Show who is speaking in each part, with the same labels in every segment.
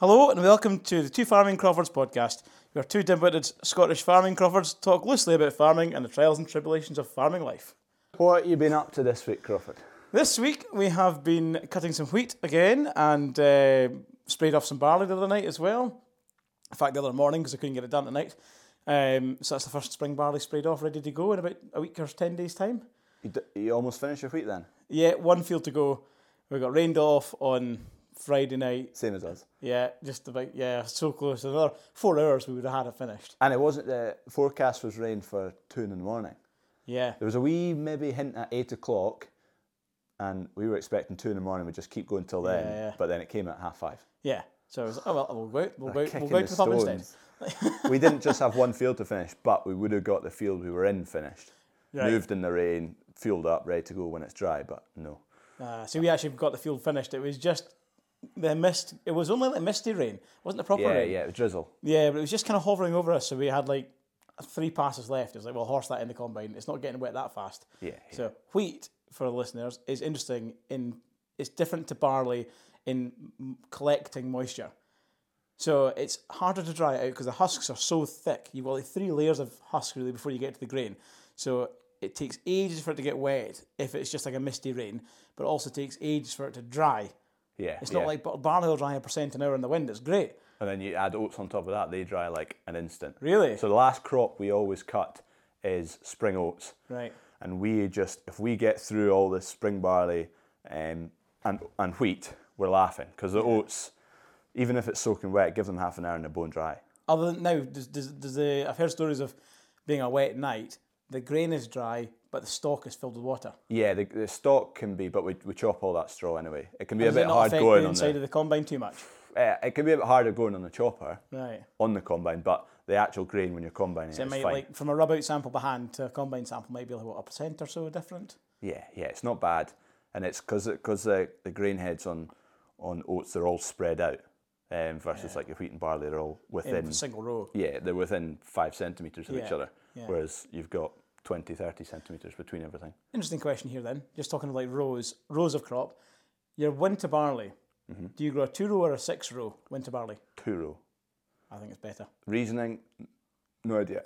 Speaker 1: Hello and welcome to the Two Farming Crawfords podcast. We are two dim-witted Scottish farming Crawfords talk loosely about farming and the trials and tribulations of farming life.
Speaker 2: What have you been up to this week, Crawford?
Speaker 1: This week we have been cutting some wheat again and uh, sprayed off some barley the other night as well. In fact, the other morning because I couldn't get it done tonight. Um, so that's the first spring barley sprayed off, ready to go in about a week or ten days' time.
Speaker 2: You, d- you almost finished your wheat then?
Speaker 1: Yeah, one field to go. We got rained off on Friday night.
Speaker 2: Same as us.
Speaker 1: Yeah, just about yeah, so close. Another four hours we would have had it finished.
Speaker 2: And it wasn't the forecast was rain for two in the morning.
Speaker 1: Yeah.
Speaker 2: There was a wee maybe hint at eight o'clock, and we were expecting two in the morning. We just keep going till then,
Speaker 1: Yeah, yeah.
Speaker 2: but then it came at half five.
Speaker 1: Yeah. So I was like, oh well, we'll go out, we'll go out, we'll
Speaker 2: Kicking
Speaker 1: go out to
Speaker 2: the
Speaker 1: the pub instead.
Speaker 2: stones. we didn't just have one field to finish, but we would have got the field we were in finished,
Speaker 1: Right.
Speaker 2: moved in the rain, fueled up, ready to go when it's dry. But no,
Speaker 1: Uh, so we actually got the field finished. It was just the mist. It was only like misty rain. It wasn't a proper
Speaker 2: yeah,
Speaker 1: rain.
Speaker 2: yeah, it was drizzle.
Speaker 1: Yeah, but it was just kind of hovering over us. So we had like three passes left. It was like, well, horse that in the combine. It's not getting wet that fast.
Speaker 2: Yeah, yeah.
Speaker 1: So wheat for the listeners is interesting. In it's different to barley in m- collecting moisture. So it's harder to dry it out because the husks are so thick. You've got like three layers of husk really before you get to the grain. So it takes ages for it to get wet if it's just like a misty rain, but it also takes ages for it to dry.
Speaker 2: yeah.
Speaker 1: It's not like bar- barley will dry a percent an hour in the wind. It's great.
Speaker 2: And then you add oats on top of that, they dry like an instant.
Speaker 1: Really?
Speaker 2: So the last crop we always cut is spring oats.
Speaker 1: Right.
Speaker 2: And we just, if we get through all this spring barley um, and, and wheat, we're laughing because the oats, even if it's soaking wet, give them half an hour and they're bone dry.
Speaker 1: Other than now, does, does, does the I've heard stories of being a wet night. The grain is dry, but the stalk is filled with water.
Speaker 2: Yeah, the, the stock can be, but we, we chop all that straw anyway. It can be
Speaker 1: Does
Speaker 2: a
Speaker 1: it
Speaker 2: bit
Speaker 1: not
Speaker 2: hard
Speaker 1: affect
Speaker 2: going
Speaker 1: the
Speaker 2: on
Speaker 1: inside
Speaker 2: the,
Speaker 1: of the combine too much?
Speaker 2: uh, It can be a bit harder going on the chopper,
Speaker 1: Right.
Speaker 2: on the combine, but the actual grain when you're combining
Speaker 1: It
Speaker 2: it's
Speaker 1: might
Speaker 2: fine.
Speaker 1: like from a rub out sample by hand to a combine sample might be like what a percent or so different.
Speaker 2: Yeah, yeah, it's not bad, and it's because because the, the grain heads on on oats they're all spread out, um, versus like your wheat and barley they're all
Speaker 1: in
Speaker 2: within.
Speaker 1: a single row.
Speaker 2: yeah, they're within five centimeters of each
Speaker 1: Yeah,
Speaker 2: other,
Speaker 1: yeah.
Speaker 2: whereas you've got 20, 30 centimeters between everything.
Speaker 1: Interesting question here then. Just talking of like rows, rows of crop. Your winter barley.
Speaker 2: Mm-hmm.
Speaker 1: Do you grow a two row or a six row winter barley?
Speaker 2: Two row
Speaker 1: I think it's better.
Speaker 2: reasoning, no idea.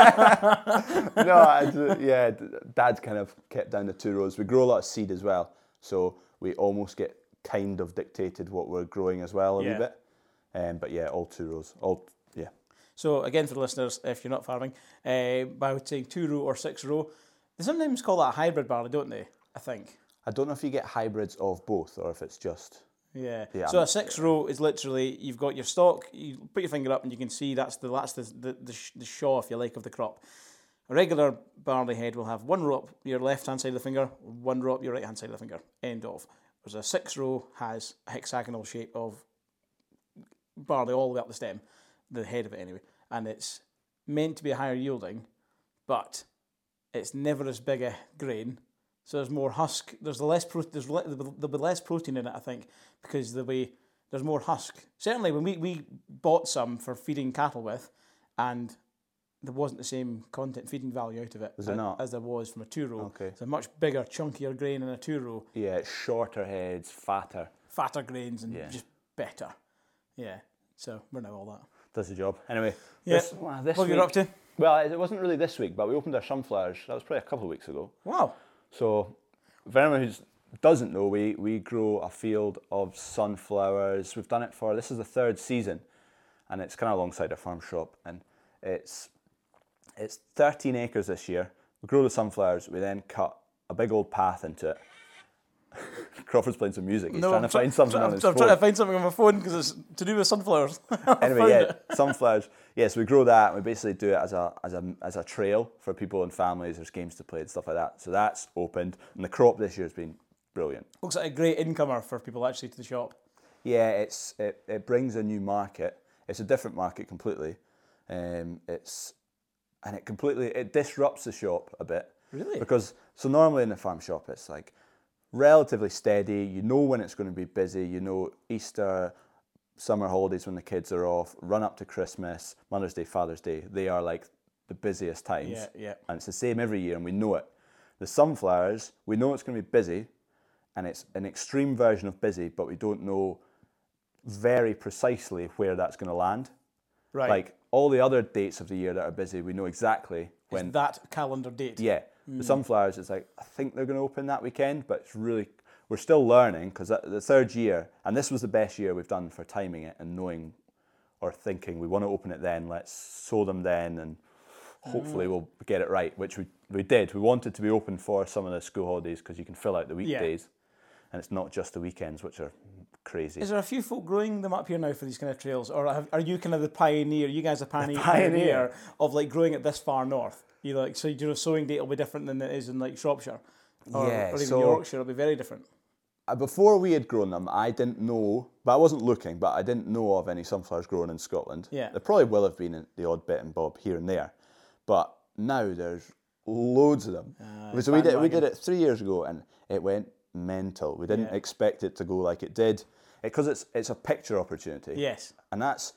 Speaker 2: no, I, d- yeah, d- Dad kind of kept down the two rows. We grow a lot of seed as well, so we almost get kind of dictated what we're growing as well a
Speaker 1: Yeah.
Speaker 2: wee bit. Um, but yeah, all two rows, all yeah.
Speaker 1: So again, for the listeners, if you're not farming, uh, by saying two row or six row, they sometimes call that a hybrid barley, don't they? I think.
Speaker 2: I don't know if you get hybrids of both or if it's just.
Speaker 1: Yeah.
Speaker 2: Yeah,
Speaker 1: so
Speaker 2: I'm-
Speaker 1: a six row is literally you've got your stalk. You put your finger up and you can see that's the that's the the, the, sh- the shaw, if you like, of the crop. A regular barley head will have one row up your left hand side of the finger, one row up your right hand side of the finger. End of. Whereas a six row has a hexagonal shape of barley all the way up the stem, the head of it anyway, and it's meant to be higher yielding, but it's never as big a grain. So there's more husk. There's the less pro- there's le- there'll be less protein in it, I think, because there'll be there's more husk. Certainly, when we, we bought some for feeding cattle with, and there wasn't the same content feeding value out of it as,
Speaker 2: there not?
Speaker 1: as there was from a two row.
Speaker 2: Okay.
Speaker 1: It's a much bigger, chunkier grain in a two row,
Speaker 2: Yeah, it's shorter heads, fatter.
Speaker 1: fatter grains, and
Speaker 2: Yeah.
Speaker 1: just better. Yeah. So we're now all that.
Speaker 2: Does the job. Anyway,
Speaker 1: Yeah.
Speaker 2: this, wow, this
Speaker 1: what have you
Speaker 2: week-
Speaker 1: been up to?
Speaker 2: Well, it wasn't really this week, but we opened our sunflowers. That was probably a couple of weeks ago.
Speaker 1: Wow.
Speaker 2: So, for anyone who doesn't know, we, we grow a field of sunflowers. We've done it for, this is the third season, and it's kind of alongside our farm shop. And it's, it's 13 acres this year. We grow the sunflowers, we then cut a big old path into it. Crawford's playing some music. He's trying to
Speaker 1: try-
Speaker 2: find something
Speaker 1: try-
Speaker 2: on his
Speaker 1: I'm
Speaker 2: phone.
Speaker 1: trying to find something on my phone because it's to do with sunflowers. I
Speaker 2: anyway,
Speaker 1: found
Speaker 2: yeah,
Speaker 1: it.
Speaker 2: sunflowers. Yeah, so we grow that. And we basically do it as a as a as a trail for people and families. There's games to play and stuff like that. So that's opened, and the crop this year has been brilliant.
Speaker 1: Looks like a great incomer for people actually to the shop.
Speaker 2: Yeah, it's it, it brings a new market. It's a different market completely. Um, it's and it completely it disrupts the shop a bit.
Speaker 1: Really?
Speaker 2: Because so normally in the farm shop it's like relatively steady. You know when it's going to be busy. You know Easter, summer holidays when the kids are off, run up to Christmas, Mother's Day, Father's Day. They are like the busiest times.
Speaker 1: Yeah, yeah.
Speaker 2: And it's the same every year, and we know it. The sunflowers, we know it's going to be busy, and it's an extreme version of busy, but we don't know very precisely where that's going to land.
Speaker 1: Right.
Speaker 2: Like all the other dates of the year that are busy, we know exactly when.
Speaker 1: It's that calendar date.
Speaker 2: yeah, the sunflowers. It's like I think they're going to open that weekend, but it's really we're still learning because the third year, and this was the best year we've done for timing it and knowing or thinking we want to open it then. Let's sow them then, and hopefully we'll get it right, which we we did. We wanted to be open for some of the school holidays because you can fill out the weekdays, and it's not just the weekends, which are crazy.
Speaker 1: Is there a few folk growing them up here now for these kind of trails, or have, are you kind of the pioneer? You guys are pioneer,
Speaker 2: pioneer.
Speaker 1: pioneer of like growing it this far north. You like so you know sowing date will be different than it is in like Shropshire, or,
Speaker 2: Yeah,
Speaker 1: or even
Speaker 2: so-
Speaker 1: Yorkshire. It'll be very different.
Speaker 2: Uh, Before we had grown them, I didn't know, but I wasn't looking, but I didn't know of any sunflowers grown in Scotland.
Speaker 1: Yeah.
Speaker 2: There probably will have been in- the odd bit and bob here and there, but now there's loads of them.
Speaker 1: Ah,
Speaker 2: so we did, we did it three years ago and it went mental. We didn't
Speaker 1: Yeah.
Speaker 2: expect it to go like it did because it's, it's a picture opportunity.
Speaker 1: Yes.
Speaker 2: And that's,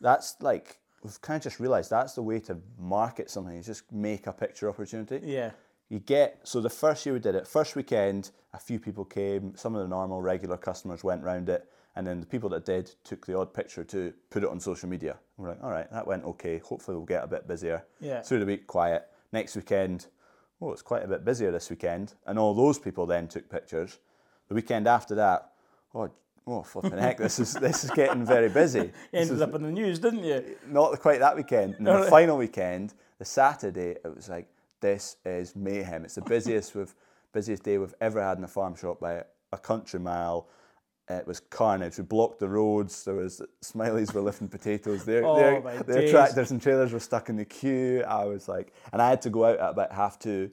Speaker 2: that's like, we've kind of just realised that's the way to market something is just make a picture opportunity
Speaker 1: Yeah.
Speaker 2: you get so the first year we did it first weekend a few people came some of the normal regular customers went round it and then the people that did took the odd picture to put it on social media we're like all right that went okay hopefully we'll get a bit busier
Speaker 1: Yeah.
Speaker 2: through the week quiet next weekend oh it's quite a bit busier this weekend and all those people then took pictures the weekend after that oh oh flipping heck this is this is getting very busy This
Speaker 1: Ended
Speaker 2: is-
Speaker 1: up in the news, didn't you?
Speaker 2: not quite that weekend. And then the final weekend, the Saturday, it was like this is mayhem. It's the busiest we've busiest day we've ever had in a farm shop by a country mile. It was carnage. We blocked the roads. There was Smileys were lifting potatoes. Their,
Speaker 1: Oh,
Speaker 2: their,
Speaker 1: my
Speaker 2: their
Speaker 1: days.
Speaker 2: tractors and trailers were stuck in the queue. I was like, and I had to go out at about half two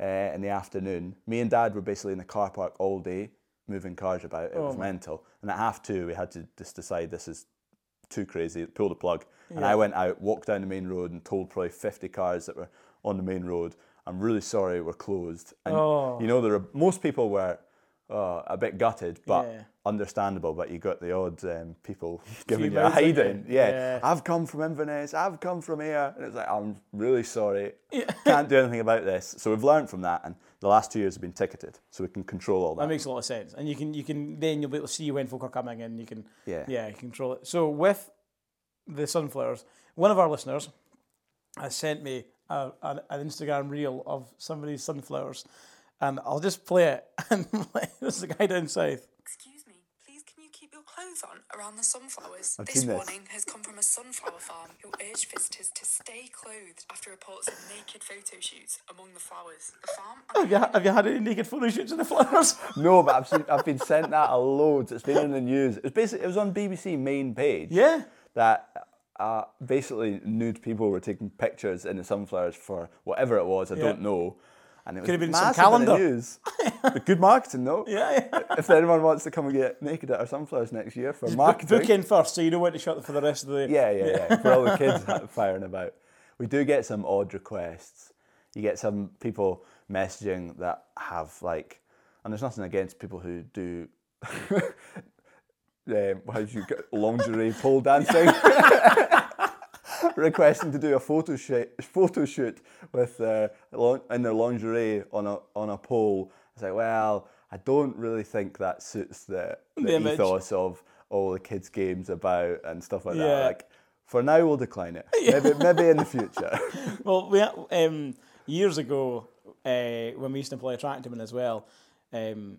Speaker 2: uh, in the afternoon. Me and Dad were basically in the car park all day, moving cars about.
Speaker 1: Oh
Speaker 2: It was mental. And at half two, we had to just decide this is too crazy, pull the plug. And I went out, walked down the main road, and told probably 50 cars that were on the main road, I'm really sorry, we're closed. And
Speaker 1: Oh.
Speaker 2: you know, there are, most people were uh, a bit gutted, but
Speaker 1: Yeah.
Speaker 2: understandable. But you got the odd um, people giving you a
Speaker 1: mouths at you.
Speaker 2: hiding. Yeah.
Speaker 1: Yeah.
Speaker 2: I've come from Inverness, I've come from here. And it's like, I'm really sorry, can't do anything about this. So we've learned from that, and the last two years have been ticketed, so we can control all that.
Speaker 1: That makes a lot of sense, and you can you can then you'll be able to see when folk are coming, and you can
Speaker 2: Yeah.
Speaker 1: yeah you control it. So with the sunflowers, one of our listeners has sent me a, an, an Instagram reel of somebody's sunflowers, and I'll just play it. And this is a guy down south.
Speaker 3: Excuse me, please can you keep your clothes on around the sunflowers?
Speaker 2: I've
Speaker 3: this
Speaker 2: seen this.
Speaker 3: warning has come from a sunflower farm who urged visitors to stay clothed after reports of naked photo shoots among the flowers. The farm
Speaker 2: Oh,
Speaker 1: Have you, have you had any naked photo shoots of the flowers?
Speaker 2: No, but I've, seen, I've been sent that a loads. It's been in the news. It's basically it was on BBC main page.
Speaker 1: Yeah.
Speaker 2: That uh, basically nude people were taking pictures in the sunflowers for whatever it was. I don't know. And it was
Speaker 1: Could have been some
Speaker 2: massive in the
Speaker 1: calendar.
Speaker 2: news. But good marketing though.
Speaker 1: Yeah, yeah.
Speaker 2: If anyone wants to come and get naked at our sunflowers next year for marketing,
Speaker 1: Book in first, so you know when to shut for the rest of the.
Speaker 2: yeah, yeah, yeah. For all the kids ha- firing about. We do get some odd requests. You get some people messaging that have like, and there's nothing against people who do. um, how do you get lingerie pole dancing? Requesting to do a photo shoot, photo shoot with their lon- in their lingerie on a on a pole. It's like, well, I don't really think that suits the, the,
Speaker 1: The image.
Speaker 2: ethos of all the kids' games about and stuff like
Speaker 1: Yeah.
Speaker 2: that. Like, for now, we'll decline it. Maybe, maybe in the future.
Speaker 1: Well, we um, years ago uh, when we used to employ a tractorman as well, um,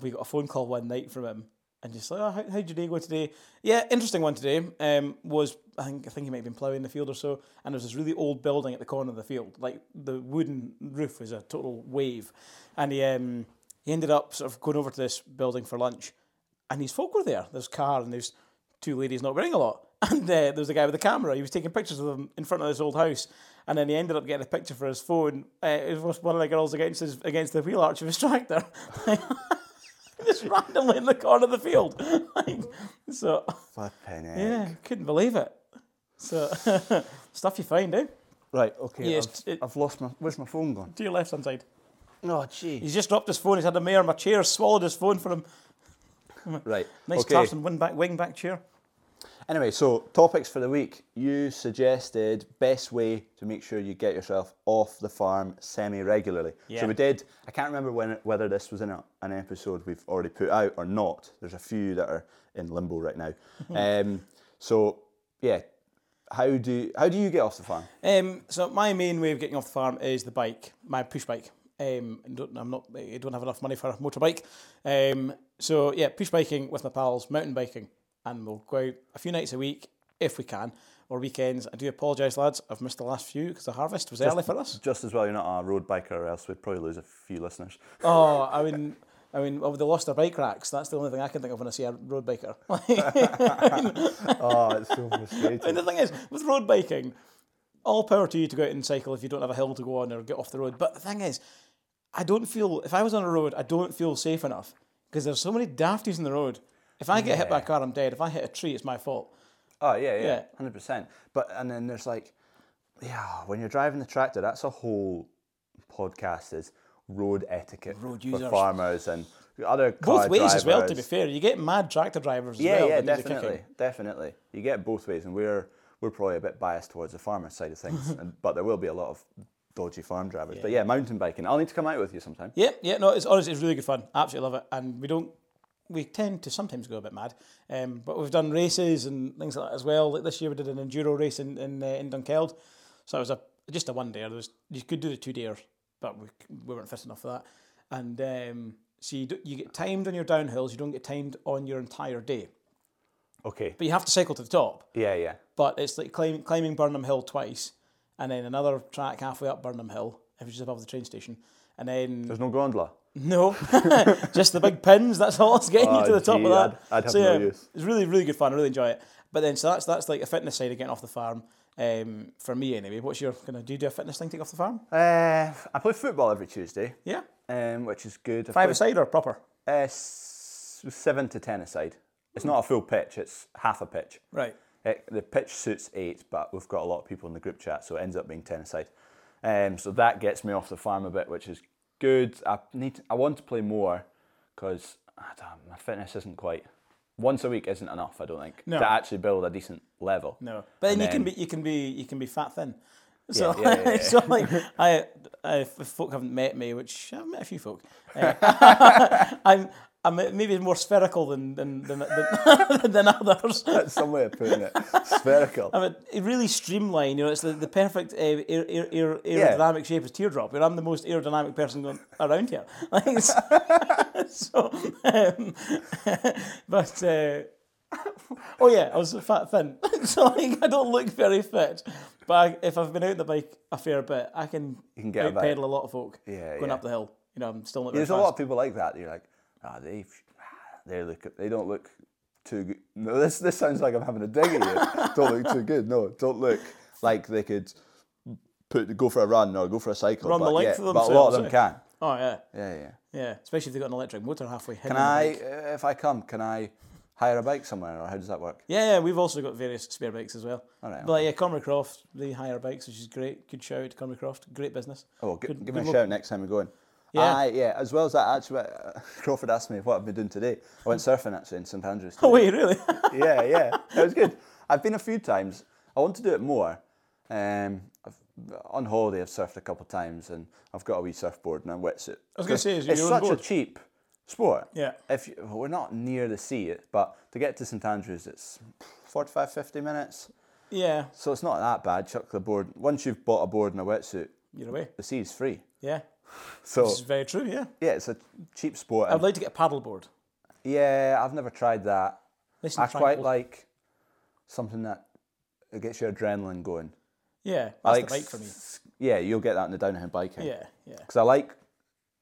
Speaker 1: we got a phone call one night from him, and just like, oh, how, how'd your day go today? Yeah, interesting one today. Um, was I think I think he might have been ploughing the field or so, and there was this really old building at the corner of the field, like the wooden roof was a total wave, and he um, he ended up sort of going over to this building for lunch, and these folk were there. There's car and there's two ladies not wearing a lot. And uh, there was a guy with a camera. He was taking pictures of them in front of this old house. And then he ended up getting a picture for his phone. Uh, it was one of the girls against his, against the wheel arch of his tractor. Just randomly in the corner of the field. Like, so,
Speaker 2: Flipping heck.
Speaker 1: yeah, couldn't believe it. So, stuff you find, eh?
Speaker 2: Right. Okay.
Speaker 1: Yeah,
Speaker 2: I've,
Speaker 1: it's- it-
Speaker 2: I've lost my. Where's my phone gone?
Speaker 1: To your left hand side.
Speaker 2: Oh, gee.
Speaker 1: He's just dropped his phone. He's had a mare on my chair, swallowed his phone for him.
Speaker 2: Right.
Speaker 1: Nice
Speaker 2: okay.
Speaker 1: Carson wing back, wing back chair.
Speaker 2: Anyway, so topics for the week. You suggested best way to make sure you get yourself off the farm semi regularly.
Speaker 1: Yeah.
Speaker 2: So we did. I can't remember when whether this was in a, an episode we've already put out or not. There's a few that are in limbo right now. um, so yeah, how do how do you get off the farm?
Speaker 1: Um, so my main way of getting off the farm is the bike, my push bike. Um, and don't, I'm not. I don't have enough money for a motorbike. Um, so yeah, push biking with my pals, mountain biking, and we'll go out a few nights a week if we can, or weekends. I do apologise, lads. I've missed the last few because the harvest was early for us.
Speaker 2: Just as well you're not a road biker, or else we'd probably lose a few listeners.
Speaker 1: Oh, I mean. I mean, well, they lost their bike racks. That's the only thing I can think of when I see a road biker.
Speaker 2: oh, it's so
Speaker 1: And
Speaker 2: frustrating.
Speaker 1: the thing is, with road biking, all power to you to go out and cycle if you don't have a hill to go on or get off the road. But the thing is, I don't feel, if I was on a road, I don't feel safe enough because there's so many dafties in the road. If I get hit by a car, I'm dead. If I hit a tree, it's my fault.
Speaker 2: Oh yeah, yeah,
Speaker 1: Yeah.
Speaker 2: hundred percent. But and then there's like, yeah, when you're driving the tractor, that's a whole podcast is road etiquette
Speaker 1: Road
Speaker 2: for
Speaker 1: users.
Speaker 2: farmers and other
Speaker 1: Both
Speaker 2: car
Speaker 1: ways as well, to be
Speaker 2: drivers.
Speaker 1: fair. You get mad tractor drivers as
Speaker 2: Yeah,
Speaker 1: well.
Speaker 2: yeah,
Speaker 1: that need a
Speaker 2: definitely,
Speaker 1: kicking.
Speaker 2: definitely. You get both ways, and we're we're probably a bit biased towards the farmer side of things, and, but there will be a lot of dodgy farm drivers. But yeah, mountain biking. I'll need to come out with you sometime.
Speaker 1: Yeah, yeah, no, it's honestly it's really good fun. Absolutely love it. And we don't we tend to sometimes go a bit mad. Um, but we've done races and things like that as well. Like this year we did an enduro race in in, uh, in Dunkeld. So it was a just a one day. There was you could do the two days, but we we weren't fit enough for that. And um, so you, do, you get timed on your downhills. You don't get timed on your entire day.
Speaker 2: Okay.
Speaker 1: But you have to cycle to the top
Speaker 2: Yeah, yeah.
Speaker 1: but it's like climb, climbing Burnham Hill twice, and then another track halfway up Burnham Hill, if it's just above the train station, and then
Speaker 2: There's no gondola.
Speaker 1: no, just the big pins. That's all that's getting you
Speaker 2: Oh,
Speaker 1: to the top
Speaker 2: gee,
Speaker 1: of that.
Speaker 2: I'd- I'd have
Speaker 1: so
Speaker 2: no
Speaker 1: yeah,
Speaker 2: use.
Speaker 1: it's really really good fun. I really enjoy it. But then so that's that's like a fitness side of getting off the farm. Um, for me anyway, what's your kind of do you do a fitness thing to get off the farm?
Speaker 2: Uh, I play football every Tuesday,
Speaker 1: Yeah,
Speaker 2: um, which is good. I
Speaker 1: five
Speaker 2: play-
Speaker 1: aside or proper.
Speaker 2: Uh, s- seven to ten aside. It's not a full pitch; it's half a pitch.
Speaker 1: Right.
Speaker 2: It, the pitch suits eight, but we've got a lot of people in the group chat, so it ends up being ten aside. Um, so that gets me off the farm a bit, which is good. I need, I want to play more because my fitness isn't quite. Once a week isn't enough, I don't think,
Speaker 1: No.
Speaker 2: to actually build a decent level.
Speaker 1: No, but then,
Speaker 2: And
Speaker 1: you can be you can be you can be fat thin. So,
Speaker 2: Yeah, yeah, yeah, yeah.
Speaker 1: so like I, I, if folk haven't met me, which I've met a few folk, uh, I'm I'm maybe more spherical than than than, than, than others.
Speaker 2: That's some way of putting it. Spherical.
Speaker 1: I'm a really streamlined. You know, it's the, the perfect uh, aer, aer, aer,
Speaker 2: Yeah.
Speaker 1: aerodynamic shape is teardrop. You know, I'm the most aerodynamic person going around here. Like, it's- so, um, but uh, oh yeah, I was a fat thin, so like I don't look very fit. But I, if I've been out on the bike a fair bit, I can,
Speaker 2: can get about.
Speaker 1: outpedal a lot of folk
Speaker 2: Yeah,
Speaker 1: going
Speaker 2: yeah.
Speaker 1: up the hill. You know, I'm still not. Very
Speaker 2: There's
Speaker 1: fast.
Speaker 2: a lot of people like that. You're like, ah, they, they look, they don't look too good. No, this this sounds like I'm having a dig at you. don't look too good. No, don't look like they could put go for a run or go for a cycle.
Speaker 1: Run the
Speaker 2: but
Speaker 1: length
Speaker 2: yeah,
Speaker 1: of
Speaker 2: but a lot of them
Speaker 1: themselves,
Speaker 2: can.
Speaker 1: Oh yeah,
Speaker 2: Yeah, yeah.
Speaker 1: yeah. Especially if they've got an electric motor halfway.
Speaker 2: Can I, uh, if I come, can I hire a bike somewhere, or how does that work?
Speaker 1: Yeah, yeah, we've also got various spare bikes as well. All
Speaker 2: right,
Speaker 1: But like, yeah, Conway Croft, they hire bikes, which is great. Good shout out to Conway Croft. Great business.
Speaker 2: Oh, well, g-
Speaker 1: Good-
Speaker 2: give
Speaker 1: good
Speaker 2: me a
Speaker 1: look.
Speaker 2: shout next time we're going.
Speaker 1: Yeah.
Speaker 2: Aye, yeah. As well as that, actually, uh, Crawford asked me what I've been doing today. I went surfing actually in St Andrews.
Speaker 1: Oh,
Speaker 2: today.
Speaker 1: wait, really?
Speaker 2: yeah, yeah, that was good. I've been a few times. I want to do it more. Um, I've, on holiday, I've surfed a couple of times, and I've got a wee surfboard and a wetsuit.
Speaker 1: I was gonna say, is it
Speaker 2: it's
Speaker 1: your own
Speaker 2: such
Speaker 1: board?
Speaker 2: a cheap sport.
Speaker 1: Yeah.
Speaker 2: If you, well, we're not near the sea, but to get to St Andrews, it's 45, 50 minutes.
Speaker 1: yeah,
Speaker 2: So it's not that bad. Chuck the board. Once you've bought a board and a wetsuit,
Speaker 1: you're away.
Speaker 2: the sea's free.
Speaker 1: Yeah,
Speaker 2: So
Speaker 1: this is very true, yeah.
Speaker 2: yeah, it's a cheap sport.
Speaker 1: I'd
Speaker 2: and-
Speaker 1: like to get a paddleboard.
Speaker 2: yeah, I've never tried that.
Speaker 1: Listen,
Speaker 2: I quite
Speaker 1: Frankel.
Speaker 2: like something that it gets your adrenaline going.
Speaker 1: Yeah, that's
Speaker 2: I like
Speaker 1: the bike for me.
Speaker 2: s- Yeah, you'll get that in the downhill biking.
Speaker 1: Yeah, yeah.
Speaker 2: Because I like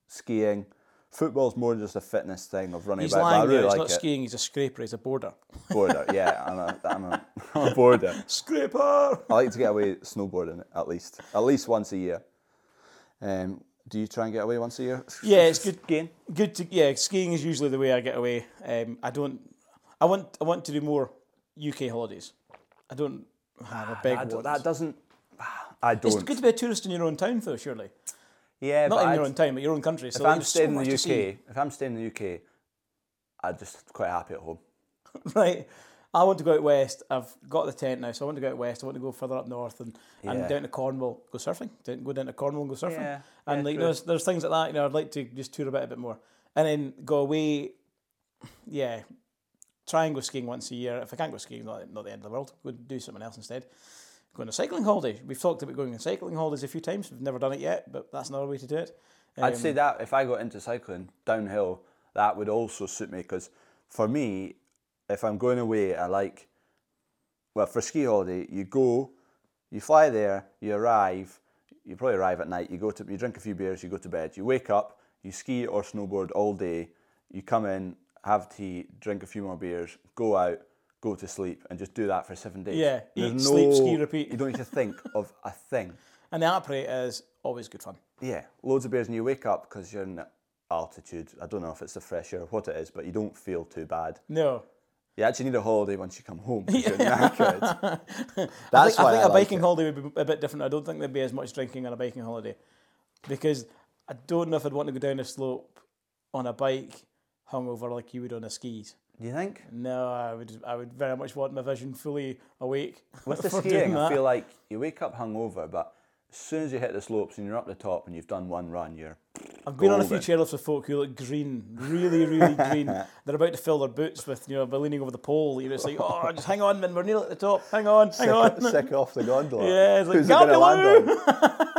Speaker 2: skiing. Football's more just a fitness thing of running
Speaker 1: He's
Speaker 2: about.
Speaker 1: lying
Speaker 2: but I
Speaker 1: there.
Speaker 2: really
Speaker 1: He's
Speaker 2: like
Speaker 1: not
Speaker 2: it.
Speaker 1: skiing. He's a scraper. He's a boarder.
Speaker 2: Boarder, yeah, I'm a, I'm a, I'm a boarder.
Speaker 1: Scraper.
Speaker 2: I like to get away snowboarding at least, at least once a year. Um, do you try and get away once a year?
Speaker 1: Yeah, it's good.
Speaker 2: Skiing.
Speaker 1: Good to yeah. Skiing is usually the way I get away. Um, I don't. I want. I want to do more UK holidays. I don't have a big
Speaker 2: I d-
Speaker 1: one.
Speaker 2: Ah, that doesn't. I don't.
Speaker 1: It's good to be a tourist in your own town, though. Surely.
Speaker 2: yeah,
Speaker 1: Not
Speaker 2: but
Speaker 1: in
Speaker 2: I'd-
Speaker 1: your own town, but your own country. So
Speaker 2: If I'm
Speaker 1: there's
Speaker 2: staying
Speaker 1: so
Speaker 2: in
Speaker 1: much
Speaker 2: the
Speaker 1: to see.
Speaker 2: UK, if I'm staying in the UK, I'm just quite happy at home.
Speaker 1: right? I want to go out west. I've got the tent now, so I want to go out west. I want to go further up north and,
Speaker 2: Yeah.
Speaker 1: and down to Cornwall, go surfing. Down- Go down to Cornwall and go surfing.
Speaker 2: Yeah,
Speaker 1: And
Speaker 2: yeah,
Speaker 1: like
Speaker 2: true.
Speaker 1: there's there's things like that. You know, I'd like to just tour about a bit more, and then go away. Yeah, try and go skiing once a year. If I can't go skiing, not, not the end of the world. Go do something else instead. Go on a cycling holiday. We've talked about going on cycling holidays a few times. We've never done it yet, but that's another way to do it.
Speaker 2: I'd say that if I got into cycling downhill, that would also suit me because for me, if I'm going away, I like, well, for ski holiday, you go, you fly there, you arrive, you probably arrive at night, you go to, you drink a few beers, you go to bed, you wake up, you ski or snowboard all day, you come in, have tea, drink a few more beers, go out, go to sleep, and just do that for seven days.
Speaker 1: Yeah, eat, sleep, ski, repeat.
Speaker 2: You don't need to think of a thing.
Speaker 1: And the uprate is always good fun.
Speaker 2: Yeah, loads of beers, and you wake up because you're in altitude. I don't know if it's the fresh air or what it is, but you don't feel too bad.
Speaker 1: No,
Speaker 2: You actually need a holiday once you come home 'cause you're knackered. That's
Speaker 1: I
Speaker 2: why
Speaker 1: think a
Speaker 2: like
Speaker 1: biking
Speaker 2: it.
Speaker 1: holiday would be a bit different. I don't think there'd be as much drinking on a biking holiday because I don't know if I'd want to go down a slope on a bike hungover like you would on a skis.
Speaker 2: Do you think?
Speaker 1: No, I would. I would very much want my vision fully awake.
Speaker 2: With the
Speaker 1: for
Speaker 2: skiing,
Speaker 1: doing
Speaker 2: I
Speaker 1: that.
Speaker 2: feel like you wake up hungover, but as soon as you hit the slopes and you're up the top and you've done one run, you're
Speaker 1: I've been on a few
Speaker 2: golden.
Speaker 1: chairlifts with folk who look green, really, really green. They're about to fill their boots with, you know, by leaning over the pole. You know, it's like, oh, just hang on, man, we're nearly at the top. Hang on, hang on.
Speaker 2: sick off the gondola.
Speaker 1: Yeah, it's like,
Speaker 2: Who's it gonna
Speaker 1: "Gondola!"
Speaker 2: land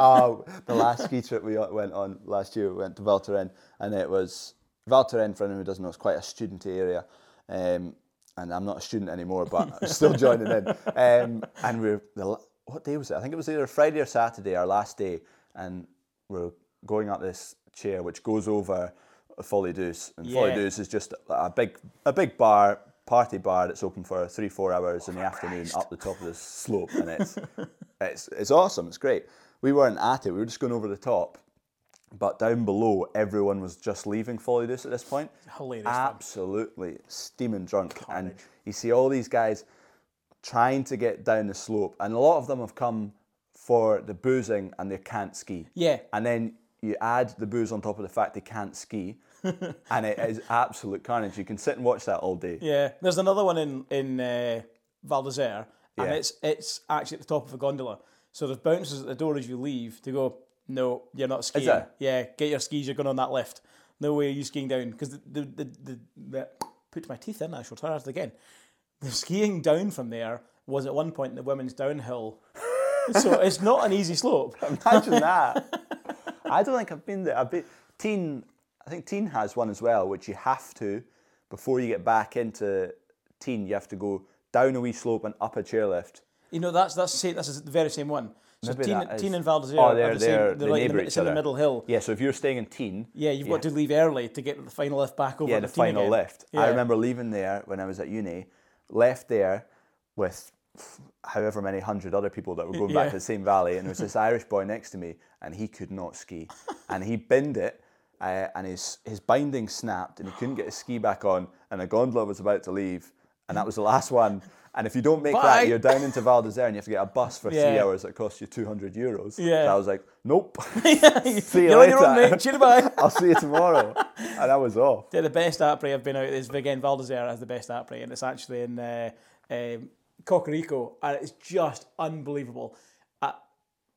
Speaker 2: on? um, the last ski trip we went on last year, we went to Val Thorens, and it was Val Thorens, for anyone who doesn't know, it's quite a student area. Um, and I'm not a student anymore, but I'm still joining in. Um, and we we're, the, la- what day was it? I think it was either Friday or Saturday, our last day. And we're going up this chair, which goes over Folly Deuce. And Folly
Speaker 1: Yeah.
Speaker 2: Deuce is just a big, a big bar, party bar that's open for three, four hours in the afternoon up the top of this slope. And it's, it's, it's awesome. It's great. We weren't at it. We were just going over the top. But down below, everyone was just leaving Folly Deuce at this point.
Speaker 1: Hilarious fun.
Speaker 2: Absolutely steaming drunk. And you see all these guys trying to get down the slope. And a lot of them have come for the boozing and they can't ski.
Speaker 1: Yeah.
Speaker 2: And then you add the booze on top of the fact they can't ski. and it is absolute carnage. You can sit and watch that all day.
Speaker 1: Yeah, there's another one in in uh, Val d'Isere, and
Speaker 2: Yeah.
Speaker 1: it's it's actually at the top of a gondola. So there's bouncers at the door as you leave to go. No, you're not skiing.
Speaker 2: there?
Speaker 1: Yeah, get your skis. You're going on that lift. No way are you skiing down because the the, the the the put my teeth in. I shall try it again. The skiing down from there was at one point the women's downhill. so it's not an easy slope.
Speaker 2: Imagine that. I don't think I've been there. I've been, teen, I think Teen has one as well, which you have to, before you get back into Teen, you have to go down a wee slope and up a chairlift.
Speaker 1: You know, that's that's the same, that's the very same one. So
Speaker 2: Maybe
Speaker 1: Teen,
Speaker 2: that is-
Speaker 1: Teen and Val d'Isere
Speaker 2: Oh,
Speaker 1: are
Speaker 2: they're,
Speaker 1: the
Speaker 2: they're,
Speaker 1: same.
Speaker 2: they
Speaker 1: They're right in
Speaker 2: neighbour
Speaker 1: the,
Speaker 2: each
Speaker 1: it's in the
Speaker 2: other.
Speaker 1: middle hill.
Speaker 2: Yeah, so if you're staying in Teen,
Speaker 1: Yeah, you've got to leave early to get the final lift back over
Speaker 2: yeah,
Speaker 1: the,
Speaker 2: the
Speaker 1: team
Speaker 2: final
Speaker 1: again.
Speaker 2: lift. I
Speaker 1: Yeah.
Speaker 2: remember leaving there when I was at uni, left there with however many hundred other people that were going back
Speaker 1: Yeah.
Speaker 2: to the same valley, and there was this Irish boy next to me, and he could not ski, and he binned it. Uh, and his, his binding snapped, and he couldn't get his ski back on. And a gondola was about to leave, and that was the last one. And if you don't make
Speaker 1: Bye.
Speaker 2: that, you're down into Val d'Isere, and you have to get a bus for three
Speaker 1: Yeah.
Speaker 2: hours that costs you 200 euros.
Speaker 1: Yeah.
Speaker 2: So I was like, nope, See you
Speaker 1: You're on your own,
Speaker 2: later.
Speaker 1: mate. Cheer bye.
Speaker 2: I'll see you tomorrow. and I was off.
Speaker 1: Yeah, the best apres I've been out is again Val d'Isere has the best apres, and it's actually in uh, um, Cocorico, and it's just unbelievable. Uh,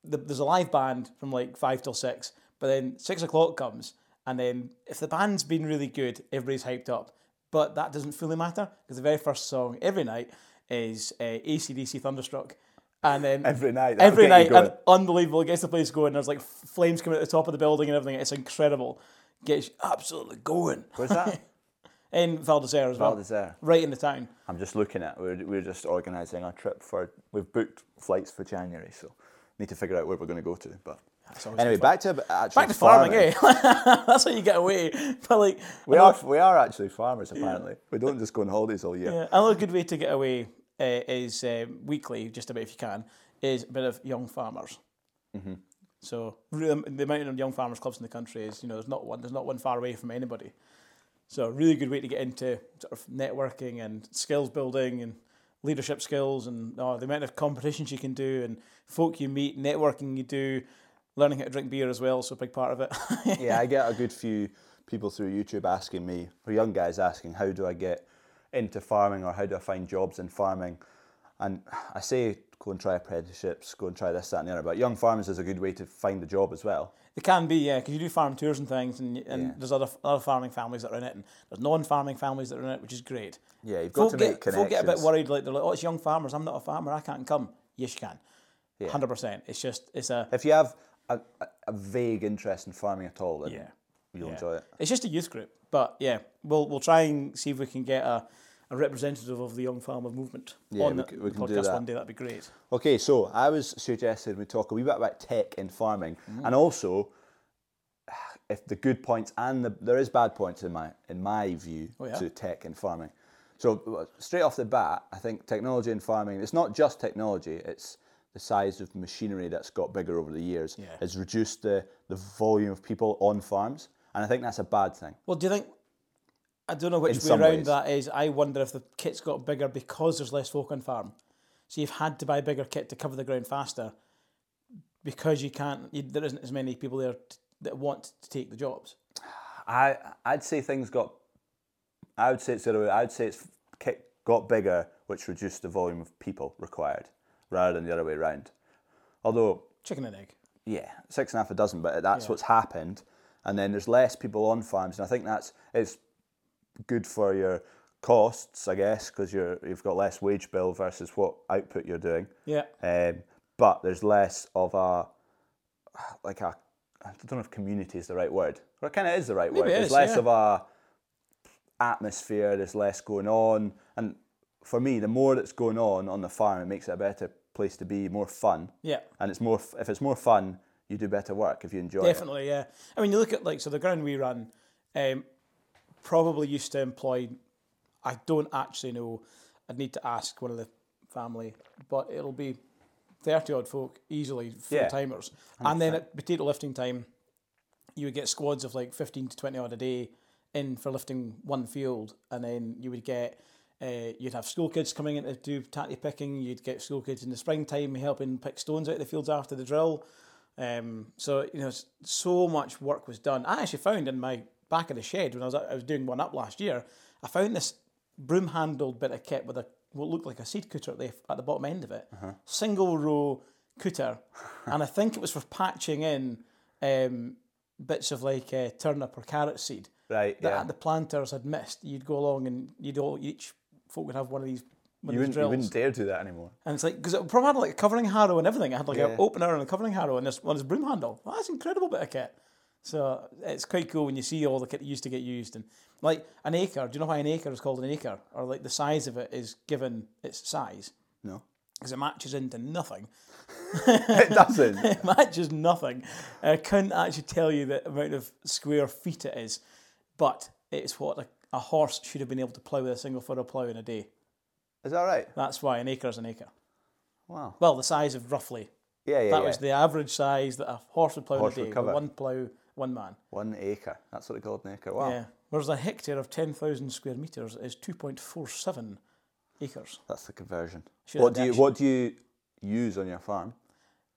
Speaker 1: the, there's a live band from like five till six, but then six o'clock comes, and then if the band's been really good, everybody's hyped up. But that doesn't fully matter because the very first song every night is uh, ACDC Thunderstruck. And then
Speaker 2: Every night, that'll
Speaker 1: every
Speaker 2: get you
Speaker 1: night, and
Speaker 2: going.
Speaker 1: unbelievable. It gets the place going. There's like f- flames coming at the top of the building and everything. It's incredible. Gets you absolutely going.
Speaker 2: Where's that?
Speaker 1: In Val d'Isere as well.
Speaker 2: Val d'Isere.
Speaker 1: Right in the town.
Speaker 2: I'm just looking at. We're we're just organising our trip for. We've booked flights for January, so need to figure out where we're going to go to. But
Speaker 1: always
Speaker 2: anyway,
Speaker 1: good fun.
Speaker 2: back to actually
Speaker 1: Back to farming, eh? That's how you get away. But like,
Speaker 2: We are we are actually farmers apparently. We don't just go on holidays all year.
Speaker 1: yeah, another good way to get away uh, is um weekly, just about if you can, is a bit of young farmers. So really, the amount of young farmers clubs in the country is, you know, there's not one, there's not one far away from anybody. So a really good way to get into sort of networking and skills building and leadership skills and oh, the amount of competitions you can do and folk you meet, networking you do, learning how to drink beer as well. So a big part of it.
Speaker 2: Yeah, I get a good few people through YouTube asking me, or young guys asking, how do I get into farming or how do I find jobs in farming. And I say go and try apprenticeships, go and try this, that, and the other. But young farmers is a good way to find a job as well.
Speaker 1: It can be, yeah, because you do farm tours and things, and, and
Speaker 2: Yeah.
Speaker 1: there's other other farming families that are in it, and there's non-farming families that are in it, which is great.
Speaker 2: Yeah, you've got
Speaker 1: Folk
Speaker 2: to make
Speaker 1: get, folk get a bit
Speaker 2: connections.
Speaker 1: worried, like they're like, "Oh, it's young farmers. I'm not a farmer. I can't come." Yes, you can.
Speaker 2: Yeah.
Speaker 1: Hundred percent. It's just it's a
Speaker 2: If you have a, a, a vague interest in farming at all, then
Speaker 1: yeah.
Speaker 2: you'll
Speaker 1: yeah.
Speaker 2: enjoy it.
Speaker 1: It's just a youth group, but yeah, we'll we'll try and see if we can get a, a representative of the young farmer movement
Speaker 2: Yeah,
Speaker 1: on
Speaker 2: we
Speaker 1: the,
Speaker 2: c- we
Speaker 1: the
Speaker 2: can do
Speaker 1: podcast
Speaker 2: that.
Speaker 1: one day. That'd be great.
Speaker 2: Okay, so I was suggesting we talk a wee bit about tech in farming, and also if the good points and the there is bad points in my in my view
Speaker 1: yeah.
Speaker 2: to tech in farming. So well, straight off the bat, I think technology in farming. It's not just technology; it's the size of machinery that's got bigger over the years.
Speaker 1: Yeah.
Speaker 2: It's reduced the the volume of people on farms, and I think that's a bad thing.
Speaker 1: Well, do you think? I don't know which
Speaker 2: In
Speaker 1: way
Speaker 2: some
Speaker 1: around
Speaker 2: ways.
Speaker 1: that is. I wonder if the kit's got bigger because there's less folk on farm. So you've had to buy a bigger kit to cover the ground faster because you can't. You, there isn't as many people there t- that want to take the jobs.
Speaker 2: I I'd say things got. I would say it's the other way. I'd say it's kick got bigger, which reduced the volume of people required, rather than the other way around. Although,
Speaker 1: Chicken and egg.
Speaker 2: yeah, six and a half a dozen, but that's what's happened. And then there's less people on farms, and I think that's it's good for your costs, I guess, because you're you've got less wage bill versus what output you're doing.
Speaker 1: Yeah.
Speaker 2: Um, but there's less of a like a I don't know if community is the right word. Well, it kind of is the right word.
Speaker 1: it
Speaker 2: There's
Speaker 1: is,
Speaker 2: less
Speaker 1: yeah.
Speaker 2: of a atmosphere. There's less going on, and for me, the more that's going on on the farm, it makes it a better place to be, more fun.
Speaker 1: Yeah.
Speaker 2: And it's more f- if it's more fun, you do better work if you enjoy it.
Speaker 1: Definitely, yeah. I mean, you look at like so the ground we run, um, probably used to employ. I don't actually know. I'd need to ask one of the family, but it'll be thirty odd folk easily full
Speaker 2: Yeah.
Speaker 1: timers, and then at potato lifting time, you would get squads of like fifteen to twenty odd a day in for lifting one field, and then you would get. Uh, you'd have school kids coming in to do tatty picking. You'd get school kids in the springtime helping pick stones out of the fields after the drill. Um, so you know, s- so much work was done. I actually found in my back of the shed when I was I was doing one up last year, I found this broom handled bit of kit with a what looked like a seed cooter at the at the bottom end of it,
Speaker 2: Uh-huh.
Speaker 1: single row cooter, and I think it was for patching in um, bits of like uh, turnip or carrot seed
Speaker 2: Right?
Speaker 1: that
Speaker 2: yeah.
Speaker 1: the planters had missed. You'd go along and you'd all each folk would have one of these. One
Speaker 2: you,
Speaker 1: of these
Speaker 2: wouldn't, you
Speaker 1: drills.
Speaker 2: wouldn't dare do that anymore.
Speaker 1: And it's like because it probably had like a covering harrow and everything. It had like an
Speaker 2: Yeah.
Speaker 1: opener and a covering harrow and this one is broom handle. Well, that's an incredible bit of kit. So it's quite cool when you see all the kit that used to get used and like an acre. Do you know why an acre is called an acre or like the size of it is given its size
Speaker 2: No,
Speaker 1: because it matches into nothing.
Speaker 2: it doesn't.
Speaker 1: It matches nothing. I couldn't actually tell you the amount of square feet it is, but it's what a, a horse should have been able to plough with a single furrow plough in a day.
Speaker 2: Is that right?
Speaker 1: That's why an acre is an acre.
Speaker 2: Wow.
Speaker 1: Well, the size of roughly
Speaker 2: Yeah, yeah.
Speaker 1: That
Speaker 2: yeah.
Speaker 1: was the average size that a horse would plough
Speaker 2: Horse
Speaker 1: in a day.
Speaker 2: would
Speaker 1: with
Speaker 2: cover.
Speaker 1: One plough, one man.
Speaker 2: One acre. That's what they called an acre. Wow.
Speaker 1: Yeah. Whereas a hectare of 10,000 square metres is 2.47 acres.
Speaker 2: That's the conversion.
Speaker 1: Should
Speaker 2: What
Speaker 1: have
Speaker 2: do you
Speaker 1: actually-
Speaker 2: What do you use on your farm?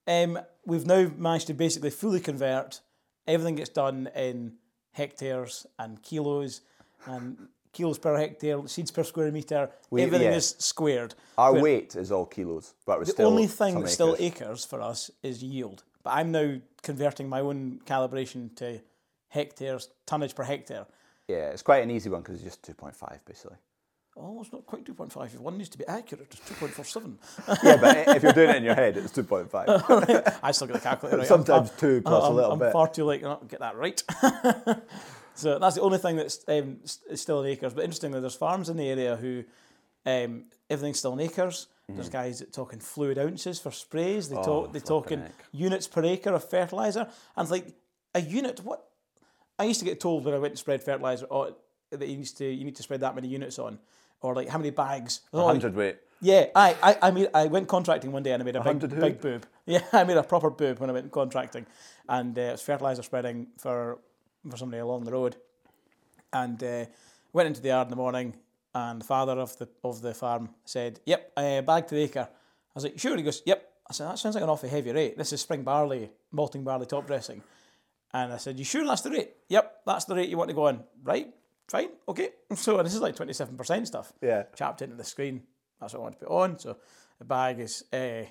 Speaker 1: Um, we've now managed to basically fully convert. Everything gets done in hectares and kilos and kilos per hectare, seeds per square metre. Everything
Speaker 2: yeah.
Speaker 1: is squared.
Speaker 2: Our
Speaker 1: Where-
Speaker 2: weight is all kilos, but we're
Speaker 1: The
Speaker 2: still
Speaker 1: only thing
Speaker 2: some
Speaker 1: that's still
Speaker 2: acres.
Speaker 1: acres for us is yield. But I'm now converting my own calibration to hectares, tonnage per hectare.
Speaker 2: yeah, it's quite an easy one because it's just two point five basically.
Speaker 1: Oh, it's not quite 2.5. If one needs to be accurate, it's 2.47.
Speaker 2: yeah, but i- if you're doing it in your head, it's two point five.
Speaker 1: I still get the calculator right.
Speaker 2: Sometimes
Speaker 1: I'm,
Speaker 2: two plus a
Speaker 1: I'm,
Speaker 2: little
Speaker 1: I'm
Speaker 2: bit.
Speaker 1: far too late to not get that right. so that's the only thing that's um, s- is still in acres. But interestingly, there's farms in the area who um, everything's still in acres. There's
Speaker 2: Mm.
Speaker 1: guys that talk in fluid ounces for sprays. They talk they talk in
Speaker 2: flippin' Oh, heck.
Speaker 1: units per acre of fertilizer. And it's like a unit. What I used to get told when I went and spread fertilizer, oh, that you need to you need to spread that many units on, or like how many bags. Oh,
Speaker 2: Hundred weight.
Speaker 1: Yeah, I, I, I made, I went contracting one day and I made a big,
Speaker 2: hundred hoop?
Speaker 1: big boob. Yeah, I made a proper boob when I went contracting, and uh, it was fertilizer spreading for for somebody along the road, and uh, went into the yard in the morning, and the father of the of the farm said, "Yep, uh, bag to the acre." I was like, "Sure." He goes, "Yep." I said, "That sounds like an awfully heavy rate. This is spring barley, malting barley top dressing." And I said, You sure that's the rate? Yep, that's the rate you want to go on. Right, fine, okay. So this is like 27% stuff.
Speaker 2: Yeah.
Speaker 1: Chapped into the screen. That's what I want to put on. So the bag is, uh,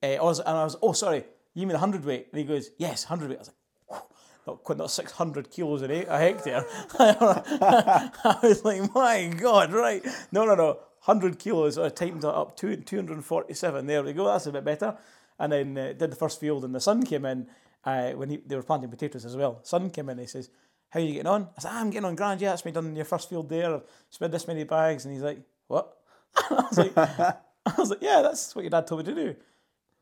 Speaker 1: uh, I was, and I was, oh, sorry, you mean 100 weight? And he goes, yes, 100 weight. I was like, "Whew, not quite, not 600 kilos an eight, a hectare. I was like, my God, right. No, no, no, 100 kilos. So I tightened that up to 247. There we go, that's a bit better. And then uh, did the first field, and the sun came in uh, when he, they were planting potatoes as well. Sun came in, he says, how are you getting on? I said, I'm getting on grand, yeah, that's me done in your first field there. I've spent this many bags. And he's like, what? I was like, I was like, yeah, that's what your dad told me to do. And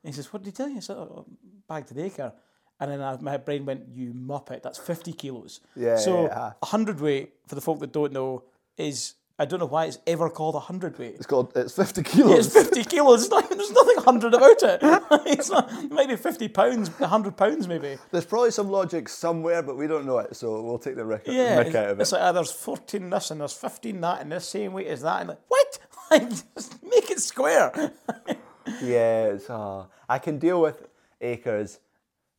Speaker 1: he says, What did he tell you? I said, oh, bag to the acre. And then I, my brain went, You muppet, that's 50 kilos.
Speaker 2: Yeah,
Speaker 1: So
Speaker 2: yeah, yeah.
Speaker 1: a hundred weight, for the folk that don't know, is I don't know why it's ever called a hundred weight.
Speaker 2: It's called. It's fifty
Speaker 1: It's
Speaker 2: kilos.
Speaker 1: 50 kilos. It's not, there's nothing 100 about it. It's not, it might be 50 pounds, 100 pounds maybe.
Speaker 2: There's probably some logic somewhere, but we don't know it, so we'll take the record.
Speaker 1: Yeah,
Speaker 2: mick
Speaker 1: it's,
Speaker 2: out of
Speaker 1: it's
Speaker 2: it.
Speaker 1: like ah, there's 14 this and there's 15 that and this same weight as that. And like, what? Like, just make it square.
Speaker 2: Yes, ah, I can deal with acres,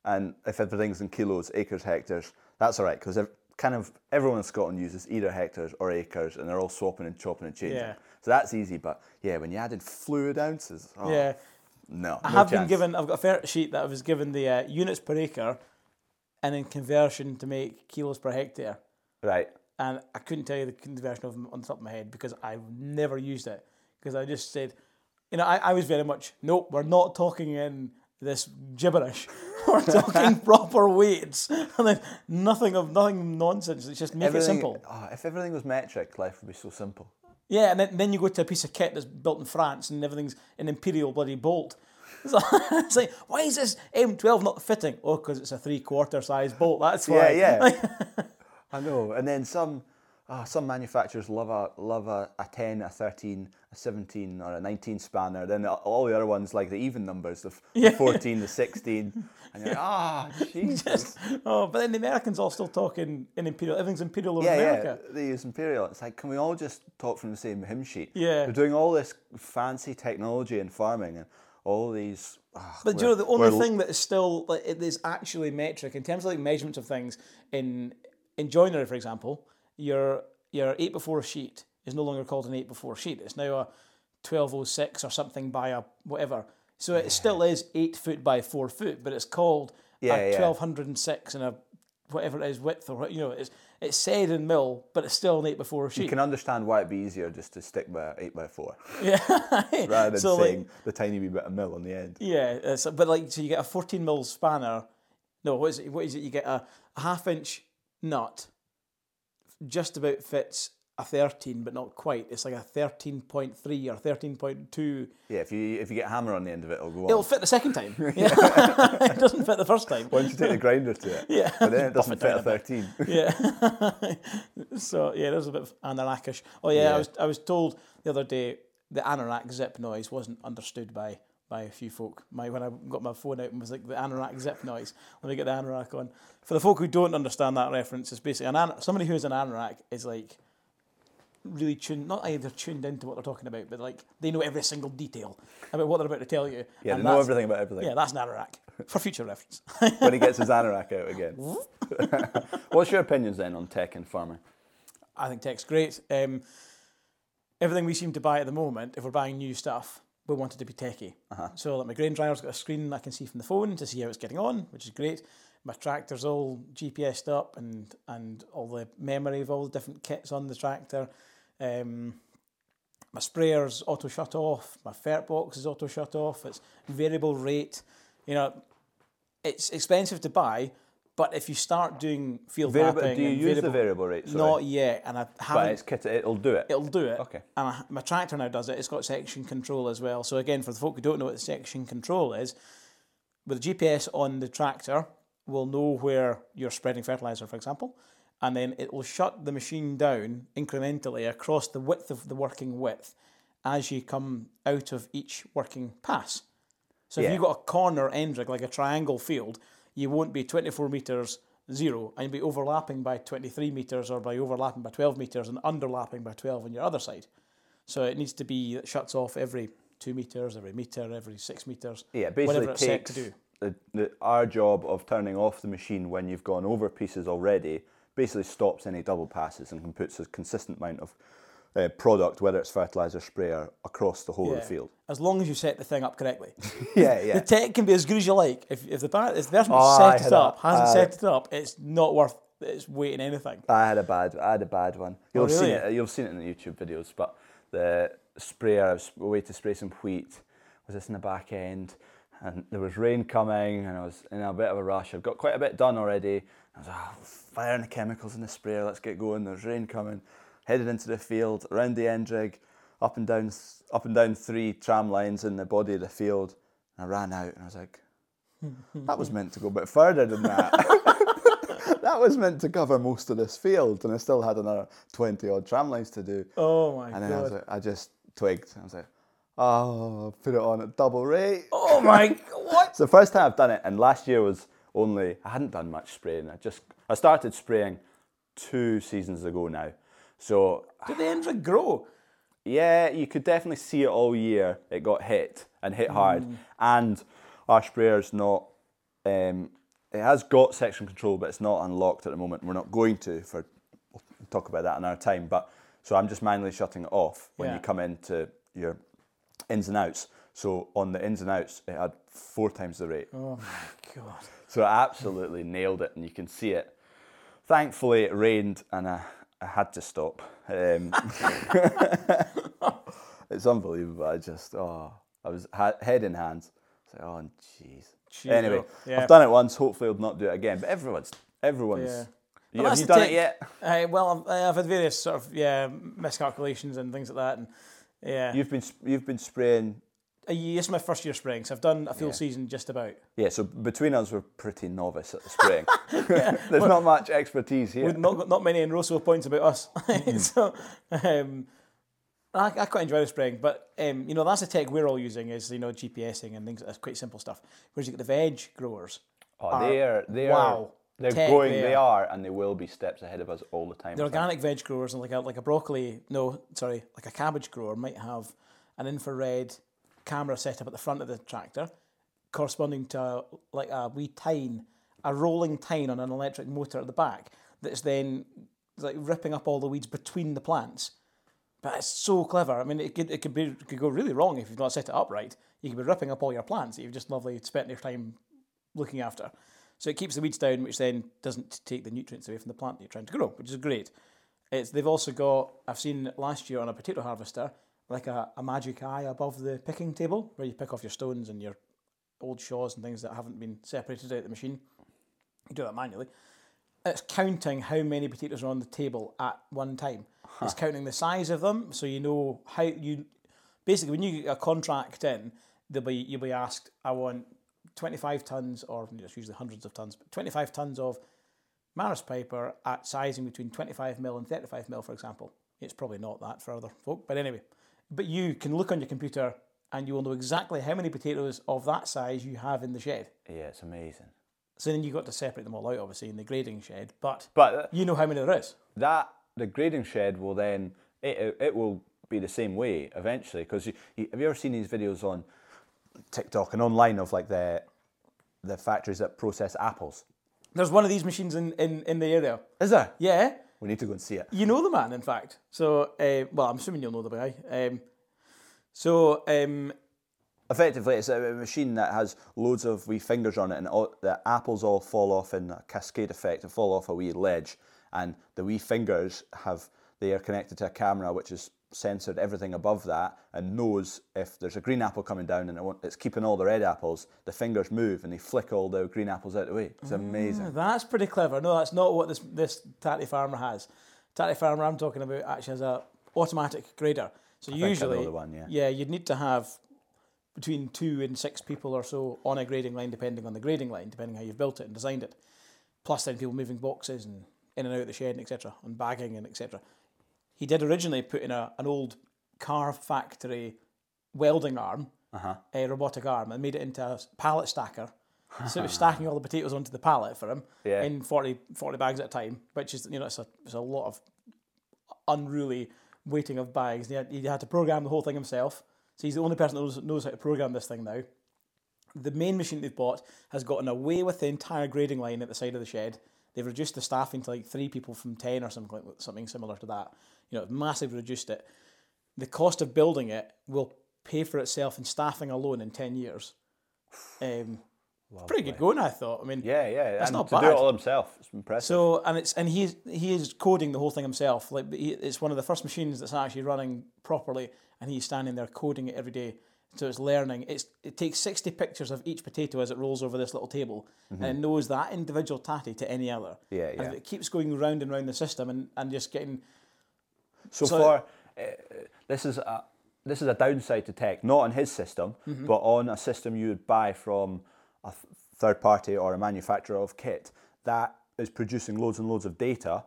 Speaker 2: and if everything's in kilos, acres, hectares, that's all right because kind of everyone in Scotland uses either hectares or acres, and they're all swapping and chopping and changing.
Speaker 1: Yeah.
Speaker 2: So that's easy, but yeah, when you added fluid ounces, oh,
Speaker 1: yeah.
Speaker 2: no,
Speaker 1: I have been given. I've got a fair sheet that I was given the uh, units per acre, and then conversion to make kilos per hectare.
Speaker 2: right.
Speaker 1: And I couldn't tell you the conversion of them on the top of my head because I never used it because I just said, you know, I, I was very much nope. We're not talking in this gibberish. We're talking proper weights and then nothing of nothing nonsense. It's just make it simple.
Speaker 2: ah, if everything was metric, life would be so simple.
Speaker 1: Yeah, and then, then you go to a piece of kit that's built in France and everything's an imperial bloody bolt. It's like, it's like, why is this M12 not fitting? Oh, because it's a three quarter size bolt. That's why.
Speaker 2: Yeah, yeah. I know. And then some, ah, some manufacturers love a love a, a ten, a thirteen, a seventeen, or a nineteen spanner. Then all the other ones like the even numbers, the, f- the
Speaker 1: Yeah.
Speaker 2: fourteen, the sixteen. And you're like, ah, Jesus.
Speaker 1: oh, but then the Americans all still talking in imperial. Everything's imperial over
Speaker 2: Yeah,
Speaker 1: America.
Speaker 2: yeah. They use imperial. It's like, can we all just talk from the same hymn sheet?
Speaker 1: Yeah.
Speaker 2: They're doing all this fancy technology and farming and all these. ah,
Speaker 1: But do you
Speaker 2: we're-
Speaker 1: know the only
Speaker 2: we're-
Speaker 1: thing that is still like it is actually metric in terms of like measurements of things in in joinery, for example, your your eight before sheet is no longer called an eight before sheet. It's now a twelve oh six or something by a whatever. So it still is eight foot by four foot, but it's called
Speaker 2: Yeah,
Speaker 1: a
Speaker 2: yeah.
Speaker 1: twelve hundred and six and a whatever it is width or what you know it's it's said in mill, but it's still an eight before sheet.
Speaker 2: You can understand why it'd be easier just to stick by eight by four
Speaker 1: yeah,
Speaker 2: rather than
Speaker 1: So, like,
Speaker 2: saying the tiny wee bit of mill on the end.
Speaker 1: Yeah, uh, so- but like, so you get a 14 mil spanner. No, what is it? What is it? You get a, a half inch nut, just about fits a 13, but not quite. It's like a 13.3 or 13.2.
Speaker 2: Yeah, if you if you get a hammer on the end of it, it'll go on.
Speaker 1: It'll fit the second time. Yeah. it doesn't fit the first time.
Speaker 2: Once you take the grinder to it,
Speaker 1: Yeah.
Speaker 2: but then it doesn't
Speaker 1: Buff it down
Speaker 2: fit a
Speaker 1: a bit.
Speaker 2: thirteen.
Speaker 1: yeah. so yeah, there's a bit of anarakish. Oh yeah,
Speaker 2: Yeah.
Speaker 1: I was I was told the other day the anorak zip noise wasn't understood by by a few folk. My when I got my phone out and was like the anorak zip noise. Let me get the anorak on. For the folk who don't understand that reference, it's basically an an- somebody who is an anorak is like really tuned not either tuned into what they're talking about, but like they know every single detail about what they're about to tell you.
Speaker 2: Yeah,
Speaker 1: And
Speaker 2: they know
Speaker 1: that's-
Speaker 2: everything about everything.
Speaker 1: Yeah, that's an anorak. For future reference.
Speaker 2: When he gets his anorak out again. What's your opinions then on tech and farming?
Speaker 1: I think tech's great. Um, everything we seem to buy at the moment, if we're buying new stuff, we want it to be techie.
Speaker 2: Uh-huh.
Speaker 1: So like my grain dryer's got a screen I can see from the phone to see how it's getting on, which is great. My tractor's all GPSed up and and all the memory of all the different kits on the tractor. Um, my sprayer's auto shut off. My fert box is auto shut off. It's variable rate. You know, it's expensive to buy, but if you start doing field
Speaker 2: Variable,
Speaker 1: mapping,
Speaker 2: do you
Speaker 1: and
Speaker 2: use the variable rate? Sorry.
Speaker 1: not yet, and I
Speaker 2: but
Speaker 1: haven't.
Speaker 2: it's kit, it'll do it.
Speaker 1: it'll do it.
Speaker 2: Okay.
Speaker 1: And I, my tractor now does it. It's got section control as well. So again, for the folk who don't know what section control is, with GPS on the tractor, will know where you're spreading fertilizer, for example, and then it will shut the machine down incrementally across the width of the working width as you come out of each working pass. So if
Speaker 2: Yeah.
Speaker 1: you've got a corner end rig, like a triangle field, you won't be 24 metres zero, and you'll be overlapping by 23 metres or by overlapping by 12 metres and underlapping by 12 on your other side. So it needs to be, it shuts off every two metres, every metre, every six metres.
Speaker 2: yeah, basically
Speaker 1: whatever it's set
Speaker 2: takes
Speaker 1: to do.
Speaker 2: The, the, our job of turning off the machine when you've gone over pieces already basically stops any double passes and can puts a consistent amount of uh, product, whether it's fertilizer sprayer, across the whole of
Speaker 1: Yeah.
Speaker 2: the field.
Speaker 1: As long as you set the thing up correctly.
Speaker 2: Yeah,
Speaker 1: The
Speaker 2: yeah.
Speaker 1: tech can be as good as you like. If, if the par- if the person
Speaker 2: Oh, I
Speaker 1: set
Speaker 2: had
Speaker 1: it up
Speaker 2: a-
Speaker 1: hasn't
Speaker 2: I-
Speaker 1: set it up, it's not worth its weight in anything.
Speaker 2: I had a bad, I had a bad one. You'll have seen
Speaker 1: really?
Speaker 2: it. You'll have seen it in the YouTube videos. But the sprayer, I was a way to spray some wheat. Was this in the back end? And there was rain coming, and I was in a bit of a rush. I've got quite a bit done already. I was oh, firing the chemicals in the sprayer. Let's get going. There's rain coming. Headed into the field, around the end rig, up and down, up and down three tram lines in the body of the field. And I ran out, and I was like, that was meant to go a bit further than that. that was meant to cover most of this field, and I still had another 20 odd tram lines to do.
Speaker 1: Oh my
Speaker 2: and then I,
Speaker 1: god.
Speaker 2: was like, I just twigged. I was like, oh, put it on at double rate.
Speaker 1: oh my what?
Speaker 2: It's the first time I've done it, and last year was only I hadn't done much spraying. I just I started spraying two seasons ago now, so
Speaker 1: Did the Endra grow?
Speaker 2: yeah, you could definitely see it all year. It got hit and hit hard,
Speaker 1: Mm.
Speaker 2: and our sprayer's not. Um, it has got section control, but it's not unlocked at the moment. We're not going to for. We'll talk about that another time. But so I'm just manually shutting it off when
Speaker 1: Yeah.
Speaker 2: you come into your ins and outs. So on the ins and outs, it had four times the rate.
Speaker 1: Oh my god.
Speaker 2: So I absolutely nailed it, and you can see it. Thankfully, it rained, and I, I had to stop. Um, it's unbelievable. I just oh, I was ha- head in hands. It's like oh, jeez.
Speaker 1: Jeez,
Speaker 2: Anyway,
Speaker 1: oh, yeah.
Speaker 2: I've done it once. Hopefully, I'll not do it again. But everyone's everyone's.
Speaker 1: Yeah.
Speaker 2: You-
Speaker 1: Well,
Speaker 2: have
Speaker 1: that's
Speaker 2: you
Speaker 1: the
Speaker 2: done
Speaker 1: tech-
Speaker 2: it yet?
Speaker 1: Uh, well, I've, I've had various sort of yeah miscalculations and things like that, and yeah,
Speaker 2: You've been sp- you've been spraying.
Speaker 1: Uh, yeah, it's my first year spraying, so I've done a full season just about.
Speaker 2: Yeah, so between us, we're pretty novice at the spraying. There's not much expertise here.
Speaker 1: We've not got not many Enroso points about us, so um, I, I quite enjoy the spraying. But um, you know, that's the tech we're all using is you know GPSing and things. That's quite simple stuff. Whereas you get the veg growers,
Speaker 2: Oh, they are. They are.
Speaker 1: wow,
Speaker 2: They're
Speaker 1: tech
Speaker 2: going.
Speaker 1: there.
Speaker 2: They are, and they will be steps ahead of us all the time.
Speaker 1: the organic veg growers and like a like a broccoli no sorry like a cabbage grower might have an infrared camera set up at the front of the tractor corresponding to a, like a wee tine a rolling tine on an electric motor at the back that's then like ripping up all the weeds between the plants but it's so clever i mean it could, it could be it could go really wrong if you've not set it up right you could be ripping up all your plants that you've just lovely spent your time looking after. So it keeps the weeds down, which then doesn't take the nutrients away from the plant that you're trying to grow, which is great. It's, they've also got, I've seen last year on a potato harvester, like a, a magic eye above the picking table where you pick off your stones and your old shaws and things that haven't been separated out of the machine. You do that manually. It's counting how many potatoes are on the table at one time. It's counting the size of them, so you know how you. Basically, when you get a contract in, they'll be you'll be asked, "I want twenty-five tons, or you know, it's usually hundreds of tons, but twenty-five tons of Maris Piper at sizing between 25 mil and 35 mil, for example. It's probably not that for other folk, but anyway. But you can look on your computer and you will know exactly how many potatoes of that size you have in the shed.
Speaker 2: Yeah, it's amazing.
Speaker 1: So then you've got to separate them all out, obviously, in the grading shed, but
Speaker 2: But uh,
Speaker 1: you know how many there is.
Speaker 2: that the grading shed will then it it will be the same way eventually because you, you have you ever seen these videos on TikTok and online of like the the factories that process apples?
Speaker 1: There's one of these machines in, in, in the area.
Speaker 2: Is there?
Speaker 1: Yeah,
Speaker 2: We need to go and see it.
Speaker 1: you know the man, in fact. So, uh, well, I'm assuming you'll know the guy. Um, so, um,
Speaker 2: Effectively, it's a a machine that has loads of wee fingers on it, and all, the apples all fall off in a cascade effect and fall off a wee ledge. And the wee fingers have they are connected to a camera which has censored everything above that and knows if there's a green apple coming down and it won't, it's keeping all the red apples. The fingers move and they flick all the green apples out the way. It's amazing.
Speaker 1: That's pretty clever. No, that's not what this this tatty farmer has. Tatty farmer I'm talking about actually has a automatic grader. So
Speaker 2: I know
Speaker 1: usually,
Speaker 2: the one, yeah.
Speaker 1: you'd need to have between two and six people or so on a grading line, depending on the grading line, depending how you've built it and designed it. Plus, then people moving boxes and in and out of the shed and etc. and bagging and etc. He did originally put in a, an old car factory welding arm, a robotic arm, and made it into a pallet stacker. So it was stacking all the potatoes onto the pallet for him
Speaker 2: Yeah.
Speaker 1: in 40, 40 bags at a time, which is, you know, it's a, it's a lot of unruly weighting of bags. He had, he had to program the whole thing himself. So he's the only person that knows, knows how to program this thing now. The main machine they've bought has gotten away with the entire grading line at the side of the shed. They've reduced the staffing to like three people from ten or something like something similar to that. You know, massively reduced it. The cost of building it will pay for itself in staffing alone in ten years. Um, pretty good going, I thought. I mean,
Speaker 2: Yeah, yeah.
Speaker 1: that's
Speaker 2: and
Speaker 1: not
Speaker 2: to
Speaker 1: bad.
Speaker 2: do it all himself, it's impressive.
Speaker 1: So and it's and he's he is coding the whole thing himself. Like he, it's one of the first machines that's actually running properly, and he's standing there coding it every day. So it's learning. It's it takes sixty pictures of each potato as it rolls over this little table, and it knows that individual tatty to any other.
Speaker 2: Mm-hmm. Yeah,
Speaker 1: And
Speaker 2: yeah.
Speaker 1: it keeps going round and round the system, and, and just getting
Speaker 2: So,
Speaker 1: So-
Speaker 2: far, uh, this is a this is a downside to tech, not on his system, but on a system you would buy from a th- third party or a manufacturer of kit that is producing loads and loads of data,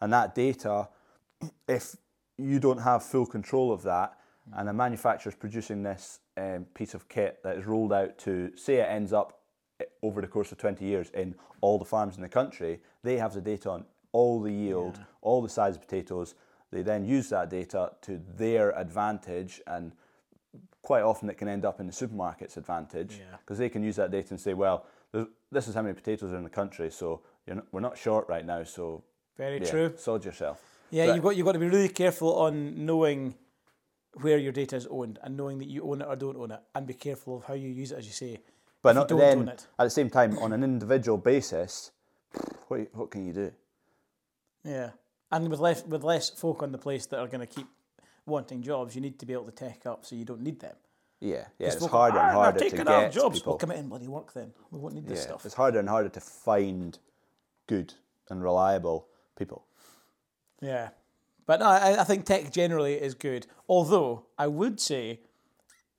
Speaker 2: and that data, if you don't have full control of that, and the manufacturer's producing this um, piece of kit that is rolled out to say it ends up i- over the course of 20 years in all the farms in the country, they have the data on all the yield, all the size of potatoes. They then use that data to their advantage, and quite often it can end up in the supermarket's advantage because they can use that data and say, well, th- this is how many potatoes are in the country, so you're not, we're not short right now, so
Speaker 1: very
Speaker 2: yeah,
Speaker 1: true.
Speaker 2: sod yourself.
Speaker 1: Yeah,
Speaker 2: But-
Speaker 1: you've got you've got to be really careful on knowing where your data is owned and knowing that you own it or don't own it, and be careful of how you use it, as you say.
Speaker 2: But
Speaker 1: If you
Speaker 2: not
Speaker 1: don't
Speaker 2: then
Speaker 1: own
Speaker 2: at
Speaker 1: it.
Speaker 2: the same time on an individual basis, what you- what can you do?
Speaker 1: Yeah, and with less with less folk on the place that are going to keep wanting jobs, you need to be able to tech up so you don't need them.
Speaker 2: Yeah, yeah, it's
Speaker 1: Folk go,
Speaker 2: harder
Speaker 1: "Ah,
Speaker 2: and
Speaker 1: they're
Speaker 2: harder to
Speaker 1: taking our
Speaker 2: get
Speaker 1: jobs.
Speaker 2: people.
Speaker 1: We'll come in and bloody work then. We won't need this
Speaker 2: Yeah,
Speaker 1: stuff.
Speaker 2: It's harder and harder to find good and reliable people.
Speaker 1: Yeah, but no, I, I think tech generally is good. Although I would say,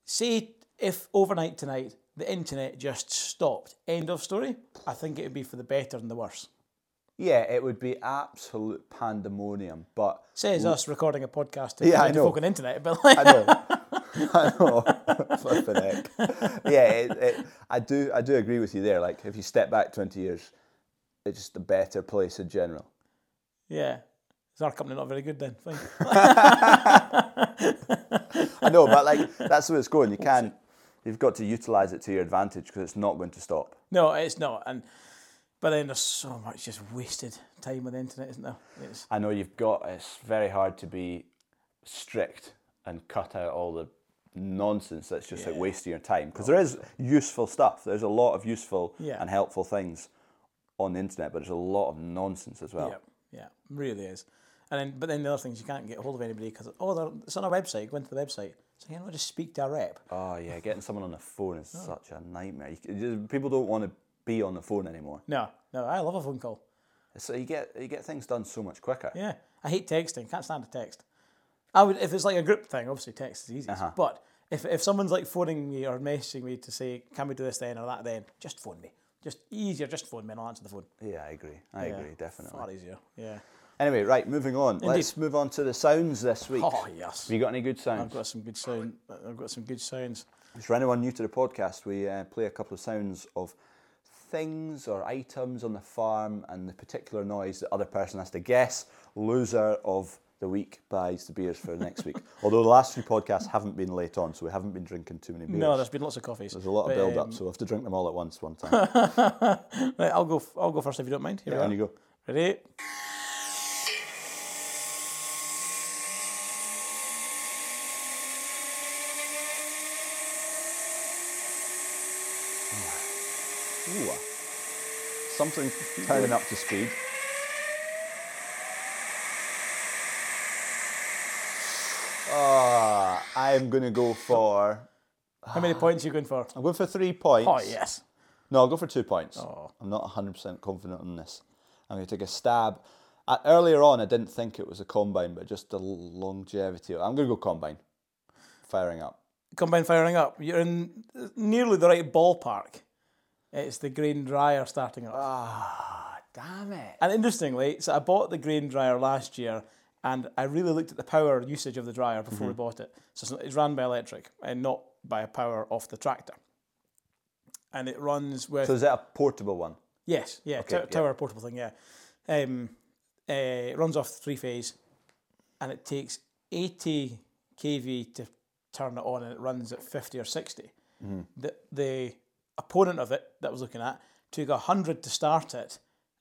Speaker 1: say if overnight tonight the internet just stopped, end of story. I think it would be for the better and the worse.
Speaker 2: Yeah, it would be absolute pandemonium, but
Speaker 1: Says us recording a podcast to
Speaker 2: Yeah, I
Speaker 1: the
Speaker 2: know.
Speaker 1: folk on the internet, but like,
Speaker 2: I know. I know. Flipping heck. Yeah, it, it, I do. I do agree with you there. Like, if you step back twenty years, it's just a better place in general.
Speaker 1: yeah, is our company not very good then? Fine.
Speaker 2: I know, but like that's where it's going. You can, you've got to utilize it to your advantage because it's not going to stop.
Speaker 1: No, it's not. And but then there's so much just wasted time on the internet, isn't there? It's
Speaker 2: I know you've got. It's very hard to be strict and cut out all the nonsense that's just like wasting your time because there is useful stuff. There's a lot of useful
Speaker 1: Oh, Yeah.
Speaker 2: and helpful things on the internet, but there's a lot of nonsense as well.
Speaker 1: yeah, yeah, really is. And then, but then the other things you can't get hold of anybody because oh, they're- it's on our website. Go into the website. So you know, just speak to a rep.
Speaker 2: Oh yeah, getting someone on the phone
Speaker 1: Oh.
Speaker 2: is such a nightmare. You, c- you- people don't want to be on the phone anymore.
Speaker 1: No, no, I love a phone call.
Speaker 2: So you get you get things done so much quicker.
Speaker 1: Yeah, I hate texting. Can't stand a text. I would if it's like a group thing. Obviously, text is easy. But if if someone's like phoning me or messaging me to say, can we do this then or that then, just phone me. Just easier, just phone me and I'll answer the phone.
Speaker 2: Yeah, I agree. I
Speaker 1: Yeah,
Speaker 2: agree definitely.
Speaker 1: Far easier. Yeah.
Speaker 2: Anyway, right, moving on. Let's move on to the sounds this week.
Speaker 1: Oh yes.
Speaker 2: Have you got any good sounds?
Speaker 1: I've got some good sound. I've got some good sounds.
Speaker 2: For anyone new to the podcast, we uh, play a couple of sounds of things or items on the farm and the particular noise the other person has to guess. Loser of the week buys the beers for next week. Although the last few podcasts haven't been late on, so we haven't been drinking too many beers.
Speaker 1: No, there's been lots of coffees.
Speaker 2: There's a lot of
Speaker 1: But,
Speaker 2: build
Speaker 1: um,
Speaker 2: up, so we have to drink them all at once one time.
Speaker 1: Right, I'll go. f- I'll go first if you don't mind. Here
Speaker 2: and
Speaker 1: we
Speaker 2: you
Speaker 1: go.
Speaker 2: go.
Speaker 1: Ready?
Speaker 2: Ooh, uh, something turning up to speed. Ah, I'm gonna go for.
Speaker 1: How
Speaker 2: Ah.
Speaker 1: many points are you going for?
Speaker 2: I'm going for three points.
Speaker 1: Oh yes.
Speaker 2: No, I'll go for two points.
Speaker 1: Oh.
Speaker 2: I'm not 100% confident on this. I'm going to take a stab. Uh earlier on, I didn't think it was a combine, but just the longevity. I'm going to go combine. Firing up.
Speaker 1: Combine firing up. You're in nearly the right ballpark. It's the grain dryer starting up.
Speaker 2: Ah, damn it.
Speaker 1: And interestingly, so I bought the grain dryer last year, and I really looked at the power usage of the dryer
Speaker 2: Mm-hmm.
Speaker 1: before we bought it. So it's not- it's run by electric and not by power off the tractor. And it runs with
Speaker 2: So is that a portable one?
Speaker 1: Yes, yeah,
Speaker 2: Okay,
Speaker 1: to-
Speaker 2: yeah.
Speaker 1: tower portable thing, yeah. Um, uh, it runs off three phase, and it takes eighty kV to turn it on, and it runs at fifty or sixty.
Speaker 2: Mm-hmm.
Speaker 1: The the opponent of it that I was looking at took hundred to start it,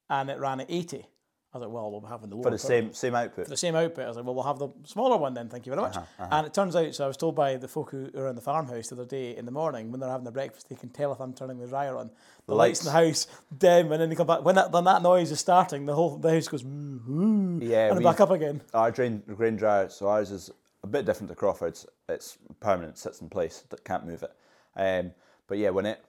Speaker 1: and it ran at 80. I was like, well, we'll be having the lower
Speaker 2: for the
Speaker 1: cut.
Speaker 2: same same output.
Speaker 1: the same output. I was like, well, we'll have the smaller one then, thank you very much. And it turns out, so I was told by the folk who were in the farmhouse the other day in the morning when they're having their breakfast, they can tell if I'm turning the dryer on. The lights, in the house dim, and then they come back. When that, when that noise is starting, the whole the house goes, "Ooh, ooh,"
Speaker 2: Yeah,
Speaker 1: and then
Speaker 2: we-
Speaker 1: back up again.
Speaker 2: Our drain, grain dryer, so ours is a bit different to Crawford's. It's permanent, sits in place, that can't move it. Um, but yeah, when it,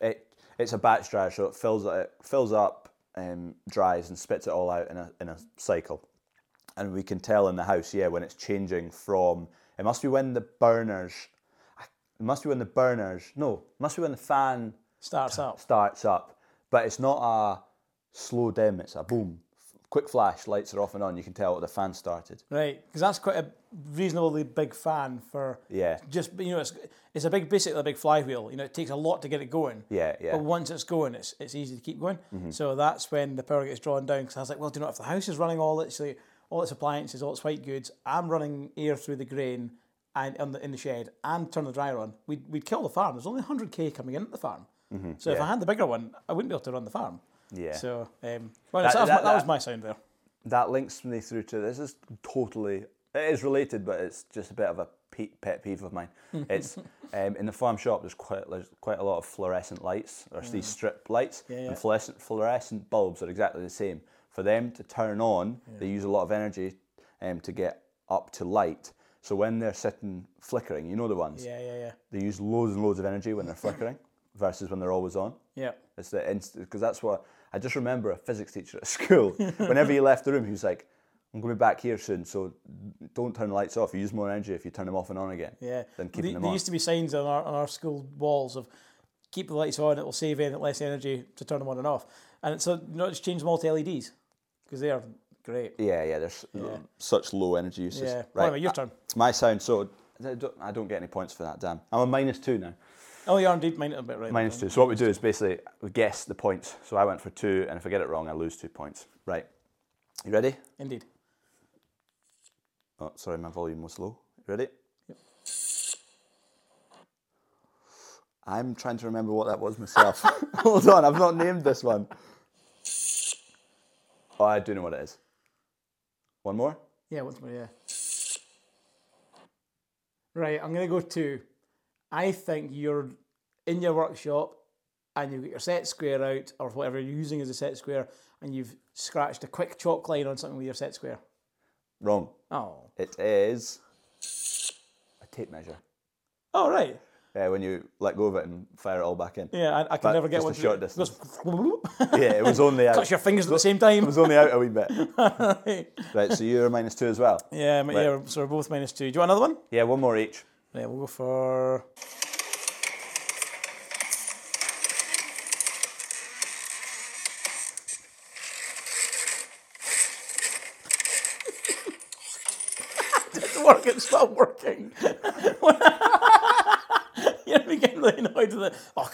Speaker 2: it it's a batch dryer, so it fills it fills up, um, dries and spits it all out in a in a cycle, and we can tell in the house, yeah, when it's changing from. It must be when the burners, I- it must be when the burners. No, it must be when the fan
Speaker 1: Starts up.
Speaker 2: starts up, but it's not a slow dim. It's a boom, quick flash. Lights are off and on. You can tell the fan started.
Speaker 1: Right, because that's quite a reasonably big fan for
Speaker 2: Yeah.
Speaker 1: Just you know, it's it's a big basically a big flywheel. You know, it takes a lot to get it going.
Speaker 2: Yeah, yeah. Mm-hmm.
Speaker 1: But once it's going, it's it's easy to keep going. So that's when the power gets drawn down. Because I was like, well, do you know if the house is running all its like, all its appliances, all its white goods, I'm running air through the grain and on the, in the shed and turn the dryer on. We'd we'd kill the farm. There's only 100k coming in at the farm. So if I had the bigger one, I wouldn't be able to run the farm.
Speaker 2: Mm-hmm. Yeah.
Speaker 1: So um, well,
Speaker 2: That-
Speaker 1: that, was my,
Speaker 2: that-
Speaker 1: that, was
Speaker 2: that-
Speaker 1: my sound there.
Speaker 2: That links me through to this is totally. It is related, but it's just a bit of a pe- pet peeve of mine. It's um, in the farm shop. There's quite there's quite a lot of fluorescent lights. There's these strip lights,
Speaker 1: yeah.
Speaker 2: and fluorescent fluorescent bulbs are exactly the same. For them to turn on, they use a lot of energy um, to get up to light. So when they're sitting flickering, you know the ones.
Speaker 1: Yeah, yeah, yeah,
Speaker 2: they use loads and loads of energy when they're flickering versus when they're always on.
Speaker 1: yeah.
Speaker 2: It's the instant because that's what I just remember a physics teacher at school. Whenever he left the room, he was like, "I'm going to be back here soon, so don't turn the lights off. You use more energy if you turn them off and on again
Speaker 1: Yeah.
Speaker 2: than
Speaker 1: Well, there,
Speaker 2: keeping them
Speaker 1: there
Speaker 2: on."
Speaker 1: used to be signs on our, on our school walls of keep the lights on, it will save en- less energy to turn them on and off. And it's, so, you know, it's changed them all to LEDs because they are great.
Speaker 2: yeah, yeah. There's l- such low energy usage.
Speaker 1: Yeah.
Speaker 2: Right,
Speaker 1: Anyway, your
Speaker 2: I-
Speaker 1: turn.
Speaker 2: It's my sound. So I don't, I don't get any points for that. Damn, I'm a minus two now.
Speaker 1: Oh, you are indeed mine a bit right.
Speaker 2: Minus two. So what we do is basically we guess the points. So I went for two, and if I get it wrong, I lose two points. Right. You ready?
Speaker 1: Indeed.
Speaker 2: Oh, sorry, my volume was low. Ready? I'm trying to remember what that was myself. Hold on, I've not named this one. Oh, I do know what it is. One more?
Speaker 1: Yeah, once more, yeah. Right, I'm going to go to. I think you're in your workshop and you've got your set square out or whatever you're using as a set square and you've scratched a quick chalk line on something with your set square.
Speaker 2: Wrong.
Speaker 1: Oh.
Speaker 2: It is a tape measure.
Speaker 1: Oh, right.
Speaker 2: Yeah, when you let go of it and fire it all back in.
Speaker 1: Yeah, I, I can
Speaker 2: But
Speaker 1: never get
Speaker 2: just
Speaker 1: one.
Speaker 2: a
Speaker 1: to-
Speaker 2: short
Speaker 1: it
Speaker 2: distance.
Speaker 1: goes-
Speaker 2: Yeah, it was only out.
Speaker 1: Touch your fingers at the same
Speaker 2: It
Speaker 1: time.
Speaker 2: was only out a wee bit.
Speaker 1: yeah,
Speaker 2: Right, so you're minus two as well.
Speaker 1: but yeah, so we're both minus two. Do you want another one?
Speaker 2: Yeah, one more each.
Speaker 1: Yeah, we'll go for. Didn't work. It's not working. you know, we get really annoyed with it. Oh,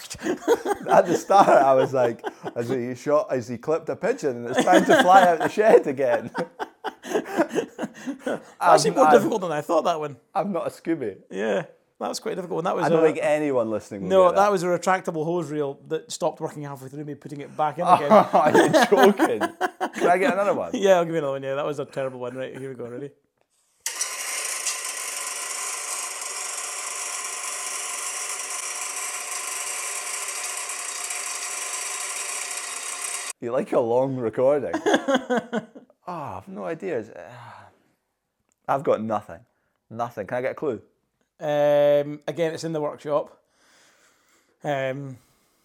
Speaker 2: At the start, I was like, as he shot, as he clipped a pigeon, and it's time to fly out the shed again.
Speaker 1: that's actually more
Speaker 2: I'm-
Speaker 1: difficult than I thought. That one.
Speaker 2: I'm not a Scooby.
Speaker 1: Yeah, that was quite a difficult. one. that was.
Speaker 2: I don't
Speaker 1: a-
Speaker 2: think anyone listening. Will
Speaker 1: No,
Speaker 2: get
Speaker 1: that. was a retractable hose reel that stopped working halfway through me putting it back in
Speaker 2: Oh.
Speaker 1: again.
Speaker 2: that. Are you joking? Can I get another one?
Speaker 1: yeah, I'll give you another one. Yeah, that was a terrible one. Right, here we go. Ready?
Speaker 2: You like a long recording? oh, I've no ideas. Ah. I've got nothing. Nothing. Can I get a clue?
Speaker 1: Um, again, it's in the workshop. Um,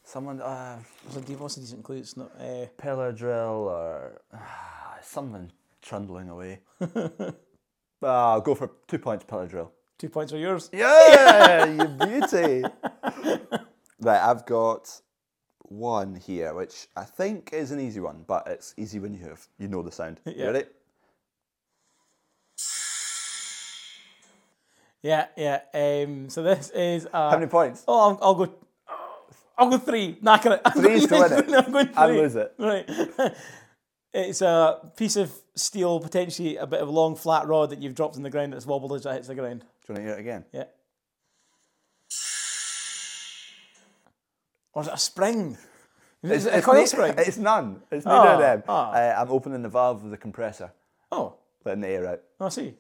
Speaker 2: Someone, uh,
Speaker 1: what's a, de- what's a decent clue? It's not. Uh,
Speaker 2: pillar drill or ah, something trundling away. Ah, I'll go for two points. Pillar drill.
Speaker 1: two points are yours.
Speaker 2: Yeah, you beauty. right, I've got one here, which I think is an easy one, but it's easy when you have you know the sound.
Speaker 1: Yeah.
Speaker 2: You ready?
Speaker 1: Yeah, yeah. Um, so this is. Uh,
Speaker 2: How many points?
Speaker 1: Oh, I'll, I'll go. I'll go three. Knacker it.
Speaker 2: Three's to win it.
Speaker 1: I'm going three.
Speaker 2: I lose it.
Speaker 1: Right. it's a piece of steel, potentially a bit of long flat rod that you've dropped in the ground that's wobbled as it hits the ground.
Speaker 2: Do you want to hear it again?
Speaker 1: Yeah. Or is it a spring?
Speaker 2: It's,
Speaker 1: a
Speaker 2: it's,
Speaker 1: coil
Speaker 2: ne-
Speaker 1: spring?
Speaker 2: it's none. It's neither
Speaker 1: Ah,
Speaker 2: of them.
Speaker 1: ah.
Speaker 2: Uh, I'm opening the valve of the compressor,
Speaker 1: Oh,
Speaker 2: letting the air out.
Speaker 1: I see.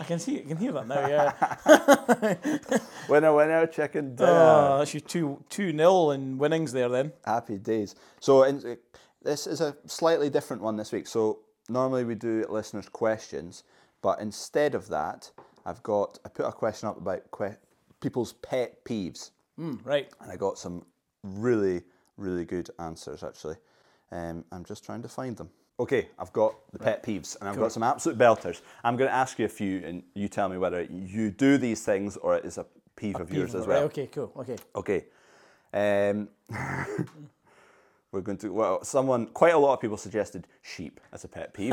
Speaker 1: I can see, I can hear that now. Yeah.
Speaker 2: Winner, winner, chicken dinner.
Speaker 1: Uh, that's your two two nil in winnings there. Then
Speaker 2: Happy days. So in, this is a slightly different one this week. So normally we do listeners' questions, but instead of that, I've got I put a question up about que- people's pet peeves,
Speaker 1: Mm, right.
Speaker 2: and I got some really really good answers actually. Um, I'm just trying to find them. Okay, I've got the pet peeves, and I've got some absolute belters. I'm going to ask you a few, and you tell me whether you do these things or it is a peeve of yours as
Speaker 1: Right,
Speaker 2: well.
Speaker 1: Okay. Cool. Okay.
Speaker 2: Okay. Um, we're going to, well, someone, quite a lot of people suggested sheep as a pet peeve.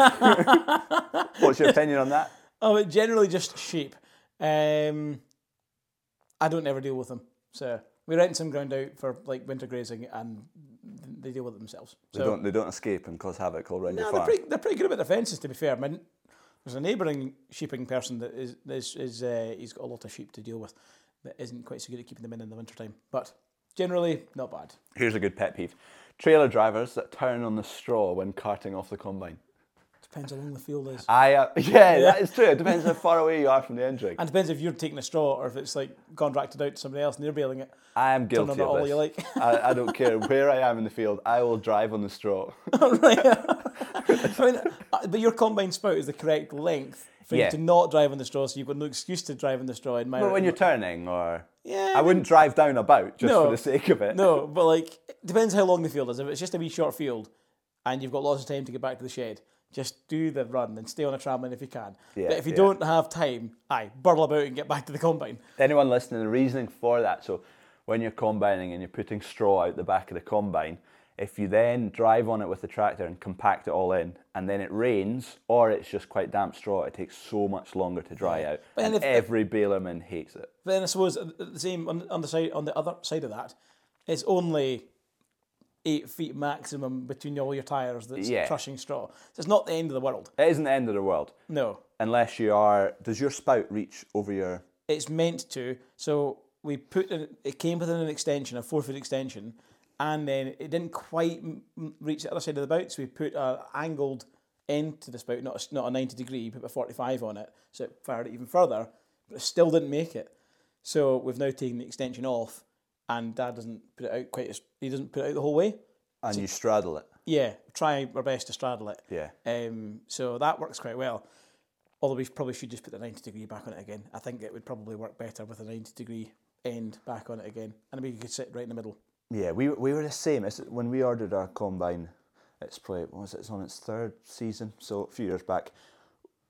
Speaker 2: What's your opinion on that?
Speaker 1: Oh, but generally just sheep. Um, I don't ever deal with them, so we rent some ground out for like winter grazing, and they deal with it themselves. So
Speaker 2: They don't, they don't escape and cause havoc all around
Speaker 1: No,
Speaker 2: your
Speaker 1: they're
Speaker 2: farm.
Speaker 1: pretty, they're pretty good about their fences. To be fair, I mean, there's a neighbouring sheeping person that is is, is uh, he's got a lot of sheep to deal with that isn't quite so good at keeping them in in the wintertime. But generally, not bad.
Speaker 2: Here's a good pet peeve. Trailer drivers that turn on the straw when carting off the combine.
Speaker 1: Depends how long the field is,
Speaker 2: I, uh, yeah, that is true. It depends how far away you are from the end rig.
Speaker 1: and depends if you're taking a straw or if it's like contracted out to somebody else and they're bailing it.
Speaker 2: I am
Speaker 1: Turn on
Speaker 2: guilty
Speaker 1: it all
Speaker 2: of this.
Speaker 1: you like.
Speaker 2: I, I don't care where I am in the field. I will drive on the straw.
Speaker 1: I mean, uh, but your combine spout is the correct length for
Speaker 2: Yeah.
Speaker 1: you to not drive on the straw, so you've got no excuse to drive on the straw. In my
Speaker 2: But when you're turning, or
Speaker 1: Yeah,
Speaker 2: I
Speaker 1: I
Speaker 2: wouldn't drive down a bout just for
Speaker 1: No.
Speaker 2: the sake of it.
Speaker 1: No, but like it depends how long the field is. If it's just a wee short field and you've got lots of time to get back to the shed, just do the run and stay on a tramline if you can.
Speaker 2: Yeah,
Speaker 1: but if you
Speaker 2: yeah.
Speaker 1: don't have time, aye, burl about and get back to the combine.
Speaker 2: anyone listening, the reasoning for that. So when you're combining and you're putting straw out the back of the combine, if you then drive on it with the tractor and compact it all in, and then it rains or it's just quite damp straw, it takes so much longer to dry out.
Speaker 1: But
Speaker 2: and
Speaker 1: if-
Speaker 2: every balerman hates it.
Speaker 1: But then I suppose at the same on, on the side on the other side of that, it's only eight feet maximum between all your tires that's
Speaker 2: Yeah.
Speaker 1: crushing straw. So it's not the end of the world.
Speaker 2: It isn't the end of the world,
Speaker 1: No.
Speaker 2: unless you are. Does your spout reach over your?
Speaker 1: it's meant to. So we put in, it came within an extension, a four foot extension, and then it didn't quite m- m- reach the other side of the bout. So we put an angled end to the spout, not a, s- not a ninety degree, but a forty five on it. So it fired it even further, but it still didn't make it. So we've now taken the extension off, and Dad doesn't put it out quite as he doesn't put it out the whole way.
Speaker 2: And you straddle it.
Speaker 1: Yeah, try our best to straddle it.
Speaker 2: Yeah.
Speaker 1: Um, so that works quite well. Although we probably should just put the 90 degree back on it again. I think it would probably work better with a 90 degree end back on it again. And maybe you could sit right in the middle.
Speaker 2: Yeah, we, we were the same. It's, when we ordered our combine, it's play. What was it? It's on its third season, so a few years back.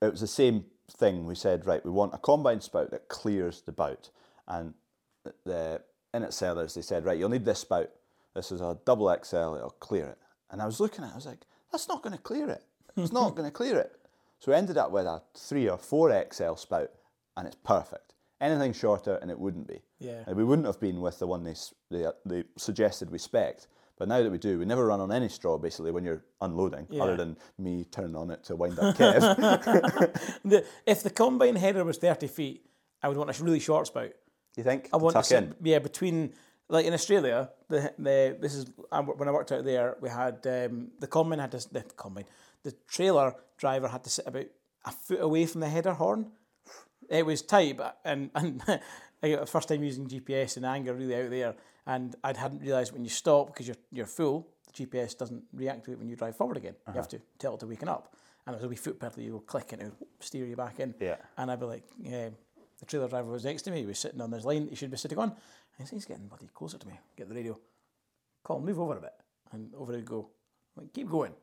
Speaker 2: It was the same thing. We said, right, we want a combine spout that clears the bout, and the in its sellers they said, right, you'll need this spout. This is a double XL. It'll clear it. And I was looking at, it, I was like, that's not going to clear it. It's not going to clear it. So we ended up with a three or four XL spout, and it's perfect. Anything shorter, and it wouldn't be.
Speaker 1: Yeah.
Speaker 2: And we wouldn't have been with the one they, s- they, uh, they suggested we spec But now that we do, we never run on any straw basically when you're unloading, other
Speaker 1: Yeah.
Speaker 2: than me turning on it to wind up Kev.
Speaker 1: The, if the combine header was 30 feet, I would want a really short spout.
Speaker 2: you think?
Speaker 1: I want
Speaker 2: Tuck
Speaker 1: to sit,
Speaker 2: in.
Speaker 1: yeah, between like in Australia, the the this is I wor- when I worked out there, we had um, the combine had to s- the combine, the trailer driver had to sit about a foot away from the header horn. It was tight, but and and I got the first time using GPS in anger really out there, and I hadn't realised when you stop because you're you're full, the GPS doesn't react to it when you drive forward again. You have to tell it to waken up, and there's a wee foot pedal you will click and it will steer you back in.
Speaker 2: Yeah.
Speaker 1: And I'd be like, yeah, the trailer driver was next to me. He was sitting on this line that he should be sitting on. And he's, he's getting bloody closer to me. Get the radio. Colin, move over a bit. And over he'd go. I'm like, keep going.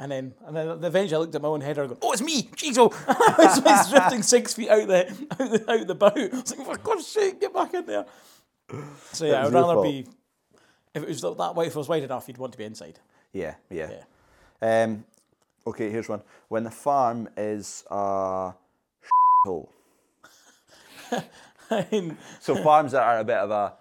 Speaker 1: And then, and then eventually I looked at my own header and go, oh, it's me, jeez, oh. so he's drifting six feet out the, out the, out the bow. I was like, for God's sake, get back in there. So yeah, I
Speaker 2: was
Speaker 1: would
Speaker 2: your
Speaker 1: rather
Speaker 2: fault.
Speaker 1: be, if it was that wide, if it was wide enough, you'd want to be inside.
Speaker 2: Yeah, yeah. Um, okay, here's one. When the farm is a hole.
Speaker 1: In
Speaker 2: So farms that are a bit of a,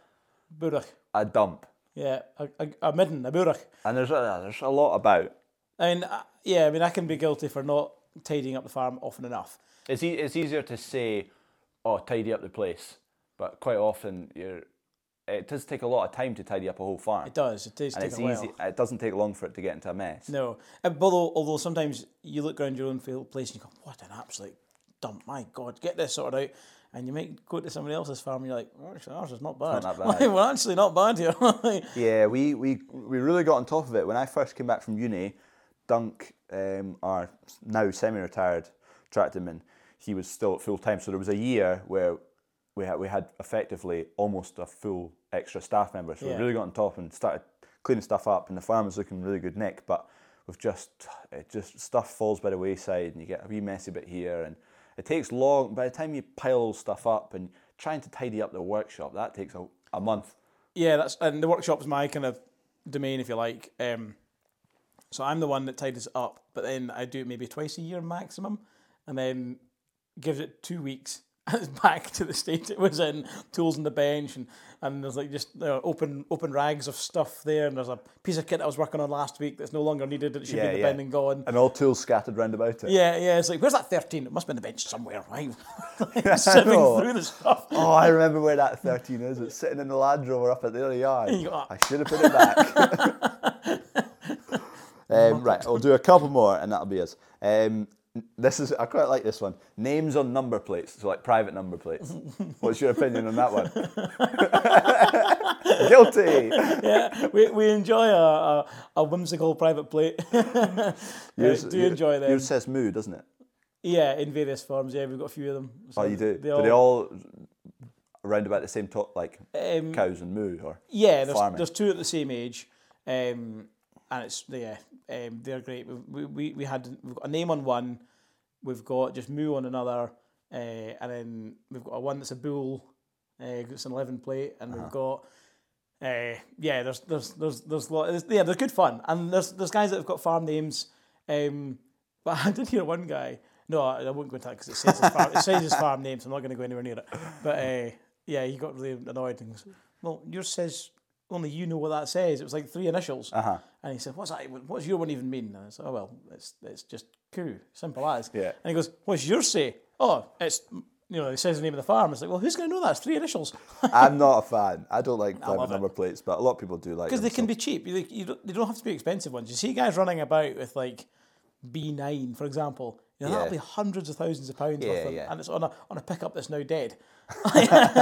Speaker 1: Burach,
Speaker 2: a dump.
Speaker 1: yeah, a, a, a midden, a Burach.
Speaker 2: And there's a, there's a lot about.
Speaker 1: I mean, I- yeah, I mean, I can be guilty for not tidying up the farm often enough.
Speaker 2: It's, e- it's easier to say, oh, tidy up the place. But quite often you're it does take a lot of time to tidy up a whole farm.
Speaker 1: It does. It does
Speaker 2: and
Speaker 1: take
Speaker 2: it's
Speaker 1: a while.
Speaker 2: easy. It doesn't take long for it to get into a mess.
Speaker 1: No, and although although sometimes you look around your own field place and you go, "What an absolute dump! My God, get this sorted out." And you might go to somebody else's farm and you're like, "Oh, actually, ours is not bad.
Speaker 2: that
Speaker 1: Like,
Speaker 2: bad."
Speaker 1: We're actually not bad here." Like,
Speaker 2: Yeah, we, we we really got on top of it. When I first came back from uni, Dunk, um, our now semi-retired tractorman, he was still at full time. So there was a year where we had we had effectively almost a full extra staff member. So
Speaker 1: Yeah.
Speaker 2: we really got on top and started cleaning stuff up, and the farm was looking really good, Nick. But we've just it just stuff falls by the wayside, and you get a wee messy bit here, and it takes long. By the time you pile all stuff up and trying to tidy up the workshop, that takes a, a month.
Speaker 1: yeah, that's and the workshop's my kind of domain, if you like. Um, so I'm the one that tidies up, but then I do it maybe twice a year maximum, and then gives it two weeks. and It's back to the state it was in. Tools on the bench, and, and there's like just uh, open open rags of stuff there, and there's a piece of kit I was working on last week that's no longer needed. It should be in the bin and gone.
Speaker 2: And all tools scattered round about it.
Speaker 1: Yeah, yeah. It's like where's that thirteen? It must be in the bench somewhere. Right, sieving
Speaker 2: know.
Speaker 1: through the stuff.
Speaker 2: Oh, I remember where that 13 is. It's sitting in the Land Rover up at the other yard.
Speaker 1: you go,
Speaker 2: I should have put it back. um, right, I'll do a couple more and that'll be us. Um, this is I quite like this one. Names on number plates, so like private number plates. What's your opinion on that one? Guilty.
Speaker 1: yeah, we, we enjoy a, a, a whimsical private plate.
Speaker 2: Yours-
Speaker 1: do enjoy them.
Speaker 2: Yours says moo, doesn't it?
Speaker 1: yeah, in various forms. Yeah, we've got a few of them. So
Speaker 2: Oh, you do.
Speaker 1: They
Speaker 2: do
Speaker 1: all,
Speaker 2: they all round about the same top, like
Speaker 1: um,
Speaker 2: cows and moo, or
Speaker 1: yeah, there's,
Speaker 2: farming?
Speaker 1: there's two at the same age, um, and it's yeah, um, they're great. We- We, we we had we've got a name on one, we've got just moo on another, uh, and then we've got a one that's a bull, uh, it's an eleven plate, and
Speaker 2: Uh-huh.
Speaker 1: we've got. Uh, yeah, there's there's there's there's, lot, there's yeah, they're good fun, and there's there's guys that have got farm names. Um, but I did hear one guy. No, I, I won't go into that because it says his farm. It says his farm name, so I'm not going to go anywhere near it. But uh, yeah, he got really annoyed and goes, "Well, yours says only you know what that says." It was like three initials, uh-huh. and he said, "What's that? What's your one even mean?" And I said, "Oh well, it's it's just coo, simple as."
Speaker 2: Yeah.
Speaker 1: And he goes, "What's yours say?" Oh, it's you know, it says the name of the farm. It's like, well, who's going to know that? It's three initials.
Speaker 2: I'm not a fan. I don't like private
Speaker 1: love it.
Speaker 2: number plates, but a lot of people do like them.
Speaker 1: Because they can be cheap. You, you don't, they don't have to be expensive ones. You see guys running about with like B9, for example. You know,
Speaker 2: Yeah.
Speaker 1: That'll be hundreds of thousands of pounds
Speaker 2: Yeah,
Speaker 1: worth of,
Speaker 2: yeah.
Speaker 1: and it's on a on a pickup that's now dead.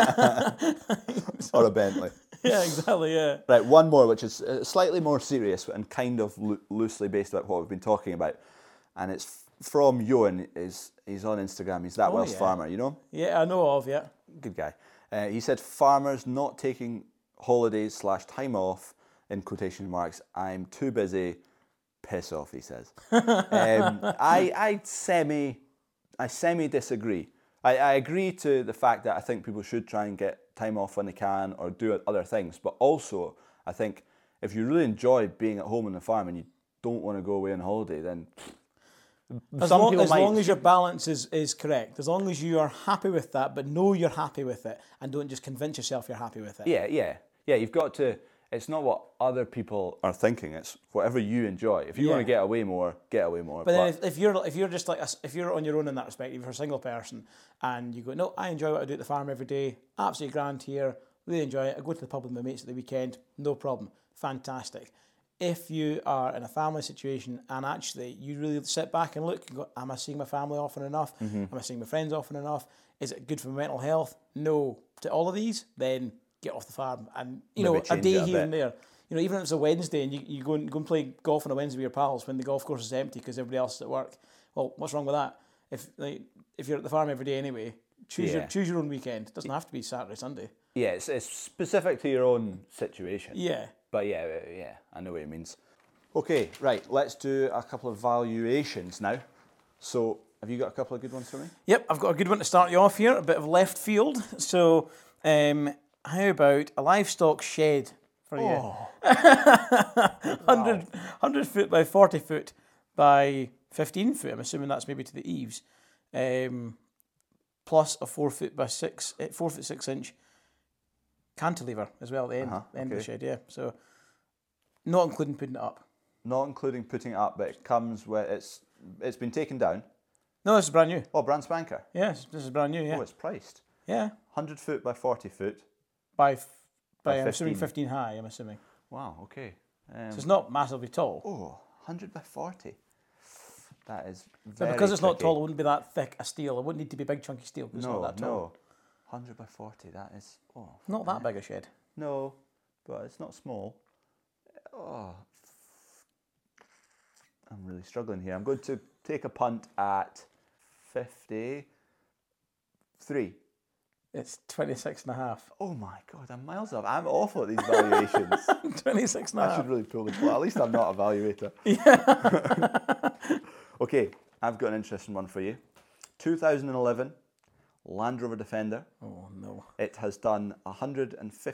Speaker 2: or a Bentley.
Speaker 1: yeah, exactly. Yeah,
Speaker 2: Right, one more, which is uh, slightly more serious and kind of loo- loosely based about what we've been talking about, and it's f- from Ewan. is He's on Instagram. He's that Welsh
Speaker 1: Oh, yeah.
Speaker 2: farmer, you know,
Speaker 1: yeah, I know of. Yeah,
Speaker 2: good guy. Uh, he said farmers not taking holidays slash time off in quotation marks. I'm too busy. Piss off, he says. um, I I semi I semi disagree. I, I agree to the fact that I think people should try and get time off when they can or do other things, but also I think if you really enjoy being at home on the farm and you don't want to go away on holiday, then
Speaker 1: as,
Speaker 2: Some
Speaker 1: long,
Speaker 2: people
Speaker 1: as
Speaker 2: might-
Speaker 1: long as your balance is, is correct, as long as you are happy with that, but know you're happy with it, and don't just convince yourself you're happy with it.
Speaker 2: Yeah, yeah, yeah. You've got to. It's not what other people are thinking. It's whatever you enjoy. If you want to
Speaker 1: Yeah.
Speaker 2: get away more, get away more.
Speaker 1: But then if, if you're if you're just like a s if you're on your own in that respect, if you're a single person and you go, no, I enjoy what I do at the farm every day, absolutely grand here, really enjoy it. I go to the pub with my mates at the weekend, no problem, fantastic. If you are in a family situation and actually you really sit back and look and go, am I seeing my family often enough?
Speaker 2: Mm-hmm.
Speaker 1: Am I seeing my friends often enough? Is it good for my mental health? No. To all of these, then get off the farm and you
Speaker 2: Maybe
Speaker 1: know a
Speaker 2: change
Speaker 1: day
Speaker 2: it a
Speaker 1: here and
Speaker 2: bit.
Speaker 1: there there. You know, even if it's a Wednesday and you, you go and go and play golf on a Wednesday with your pals when the golf course is empty because everybody else is at work. Well, what's wrong with that? If like, if you're at the farm every day anyway, choose your
Speaker 2: Yeah.
Speaker 1: choose your own weekend. It doesn't have to be Saturday, Sunday.
Speaker 2: yeah, it's, it's specific to your own situation.
Speaker 1: Yeah.
Speaker 2: But yeah, uh, yeah, I know what it means. Okay, right. Let's do a couple of valuations now. So, have you got a couple of good ones for me?
Speaker 1: Yep, I've got a good one to start you off here. A bit of left field. So, um, how about a livestock shed for
Speaker 2: Oh.
Speaker 1: you? 100, 100 foot by 40 foot by 15 foot. I'm assuming that's maybe to the eaves. Um, plus a 4 foot by 6, eh, 4 foot 6 inch cantilever as well at the end, the end of the
Speaker 2: Uh-huh, okay.
Speaker 1: shed, yeah. So, not including putting it up.
Speaker 2: Not including putting it up, but it comes where it's it's been taken down.
Speaker 1: No, this is brand new.
Speaker 2: Oh, brand spanker.
Speaker 1: Yes, this is brand new, yeah.
Speaker 2: Oh, it's priced
Speaker 1: yeah,
Speaker 2: hundred foot by forty foot
Speaker 1: by f- By,
Speaker 2: By
Speaker 1: I'm assuming
Speaker 2: 15.
Speaker 1: 15 high, I'm assuming.
Speaker 2: Wow, okay. Um,
Speaker 1: So it's not massively tall.
Speaker 2: oh, 100 by 40. That is
Speaker 1: But
Speaker 2: very
Speaker 1: because it's not
Speaker 2: tricky.
Speaker 1: tall, it wouldn't be that thick a steel. It wouldn't need to be big chunky steel 'cause it's
Speaker 2: No,
Speaker 1: not that tall.
Speaker 2: no. 100 by 40, that is. Oh,
Speaker 1: Not that big a shed.
Speaker 2: no, but it's not small. Oh, I'm really struggling here. I'm going to take a punt at 53.
Speaker 1: It's 26 and a half.
Speaker 2: Oh my god, I'm miles off. I'm awful at these valuations.
Speaker 1: 26 and a
Speaker 2: I should
Speaker 1: half.
Speaker 2: really pull the plug. At least I'm not a valuator. okay, I've got an interesting one for you. 2011 Land Rover Defender.
Speaker 1: Oh, no.
Speaker 2: It has done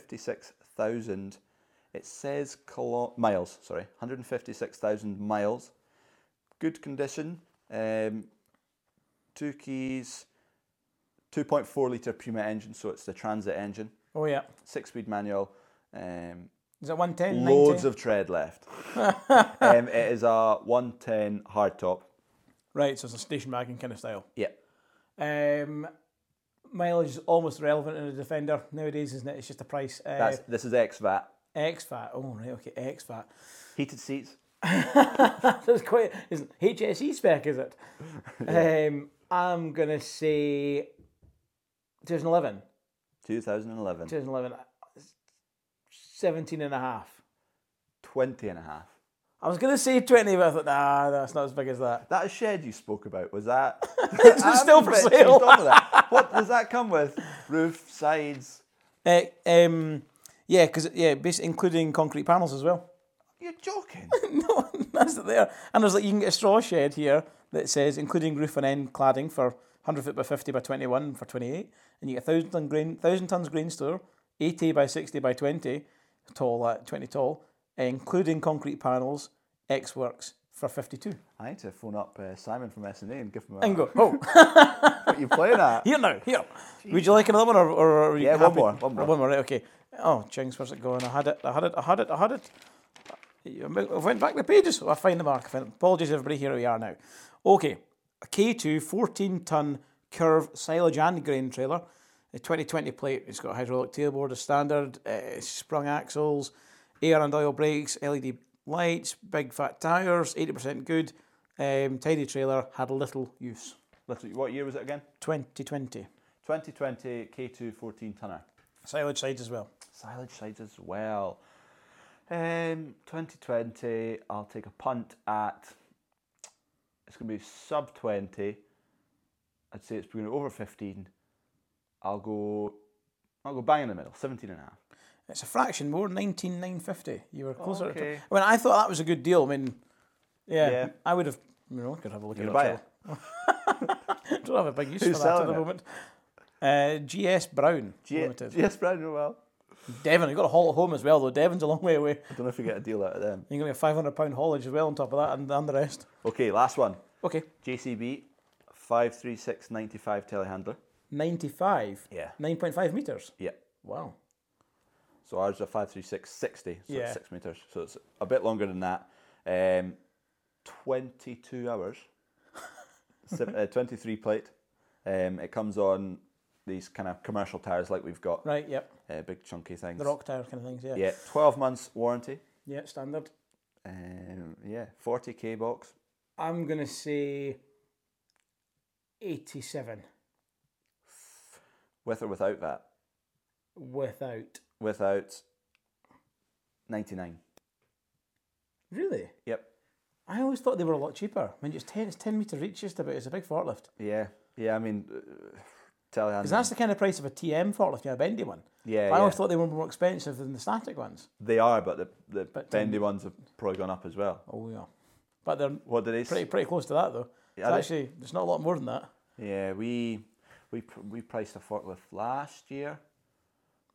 Speaker 2: 156,000. It says kilo- miles. Sorry, 156,000 miles. Good condition. Um, two keys. 2.4 liter Puma engine, so it's the transit engine.
Speaker 1: Oh, yeah.
Speaker 2: Six-speed manual. Um,
Speaker 1: Is it 110?
Speaker 2: loads
Speaker 1: 90?
Speaker 2: of tread left. um, it is a 110 hardtop.
Speaker 1: Right, so it's a station wagon kind of style.
Speaker 2: Yep.
Speaker 1: Um, mileage is almost irrelevant in a Defender nowadays, isn't it? It's just a price. Uh,
Speaker 2: That's, this is XVAT.
Speaker 1: XFAT. Oh, right, okay, XFAT.
Speaker 2: Heated seats.
Speaker 1: That's quite. Isn't HSE E spec, is it? um, I'm going to say 2011.
Speaker 2: 2011.
Speaker 1: 2011. 17 and a half.
Speaker 2: 20 and a half.
Speaker 1: I was going to say 20, but I thought, nah, that's not as big as that.
Speaker 2: That shed you spoke about, was that?
Speaker 1: It's still for
Speaker 2: I'm a bit
Speaker 1: sale.
Speaker 2: cheesed off of that. What does that come with? Roof, sides.
Speaker 1: Uh, um, yeah, because yeah, basically including concrete panels as well.
Speaker 2: You're joking.
Speaker 1: no, that's it there. And there's like you can get a straw shed here that says including roof and end cladding for 100 foot by 50 by 21 for 28, and you get a thousand ton grain, thousand tons grain store, 80 by 60 by 20 tall, uh, 20 tall, including concrete panels, X works for 52.
Speaker 2: I need to phone up uh, Simon from S and A and give him a.
Speaker 1: And go, oh,
Speaker 2: What you playing at?
Speaker 1: here now, here. Would you like another one or, or are you
Speaker 2: Yeah, one
Speaker 1: happy?
Speaker 2: more, one more.
Speaker 1: One more, right, okay. Oh, jinx, where's it going? I had it, I had it, I had it, I had it. I went back the pages. I find the mark. I find- Apologies, everybody. Here we are now. Okay, a K2 14 ton curve silage and grain trailer, a 2020 plate. It's got a hydraulic tailboard as standard, uh, sprung axles, air and oil brakes, LED lights, big fat tyres, 80% good. Um, tidy trailer had little use.
Speaker 2: Little- What year was it again?
Speaker 1: 2020.
Speaker 2: 2020 K2 14 tonner.
Speaker 1: Silage sides as well.
Speaker 2: Silage sides as well. Um, 2020, I'll take a punt at. It's going to be sub 20. I'd say it's going to over 15. I'll go. I'll go bang in the middle, 17 and a half.
Speaker 1: It's a fraction more, 19,950. You were closer.
Speaker 2: Okay.
Speaker 1: To, I mean, I thought that was a good deal. I mean, yeah,
Speaker 2: Yeah.
Speaker 1: I would have, you know, could have a look
Speaker 2: You're
Speaker 1: at
Speaker 2: gonna buy it.
Speaker 1: it. Don't have a big use
Speaker 2: Who's
Speaker 1: for that at
Speaker 2: selling
Speaker 1: the
Speaker 2: it?
Speaker 1: moment. Uh, GS Brown
Speaker 2: G-
Speaker 1: Limited.
Speaker 2: yes, Brown, oh well.
Speaker 1: Devon, you've got to haul it home as well, though. Devon's a long way away.
Speaker 2: I don't know if you get a deal out of them.
Speaker 1: You're going to get a £500 haulage as well on top of that and, and the rest.
Speaker 2: Okay, last one.
Speaker 1: Okay,
Speaker 2: JCB, 53695 telehandler.
Speaker 1: 95.
Speaker 2: Yeah.
Speaker 1: 9.5 metres.
Speaker 2: Yeah.
Speaker 1: Wow.
Speaker 2: So ours is a 53660, so
Speaker 1: Yeah.
Speaker 2: it's six metres. So it's a bit longer than that. Um, 22 hours, Sev- uh, 23 plate. Um, it comes on these kind of commercial tyres like we've got,
Speaker 1: Right, yep.
Speaker 2: uh, big chunky things.
Speaker 1: The rock tyre kind of things, yeah.
Speaker 2: Yeah, 12 months warranty.
Speaker 1: Yeah, standard.
Speaker 2: Um, yeah, 40k box.
Speaker 1: I'm going to say 87
Speaker 2: With or without that?
Speaker 1: without.
Speaker 2: Without 99.
Speaker 1: Really?
Speaker 2: Yep.
Speaker 1: I always thought they were a lot cheaper. I mean, it's 10, it's 10 metre reach just about. It's a big forklift.
Speaker 2: Yeah, yeah. I mean, uh, telehandler.
Speaker 1: Because that's the kind of price of a TM forklift, yeah, a bendy one.
Speaker 2: Yeah,
Speaker 1: But I always
Speaker 2: yeah.
Speaker 1: thought they were more expensive than the static ones.
Speaker 2: they are, but the the
Speaker 1: But, um,
Speaker 2: bendy ones have probably gone up as well.
Speaker 1: Oh, yeah. But they're
Speaker 2: What did they? s-
Speaker 1: pretty pretty close to that, though.
Speaker 2: Yeah,
Speaker 1: it's
Speaker 2: they-
Speaker 1: actually, it's not a lot more than that.
Speaker 2: Yeah, we we pr- we priced a forklift last year,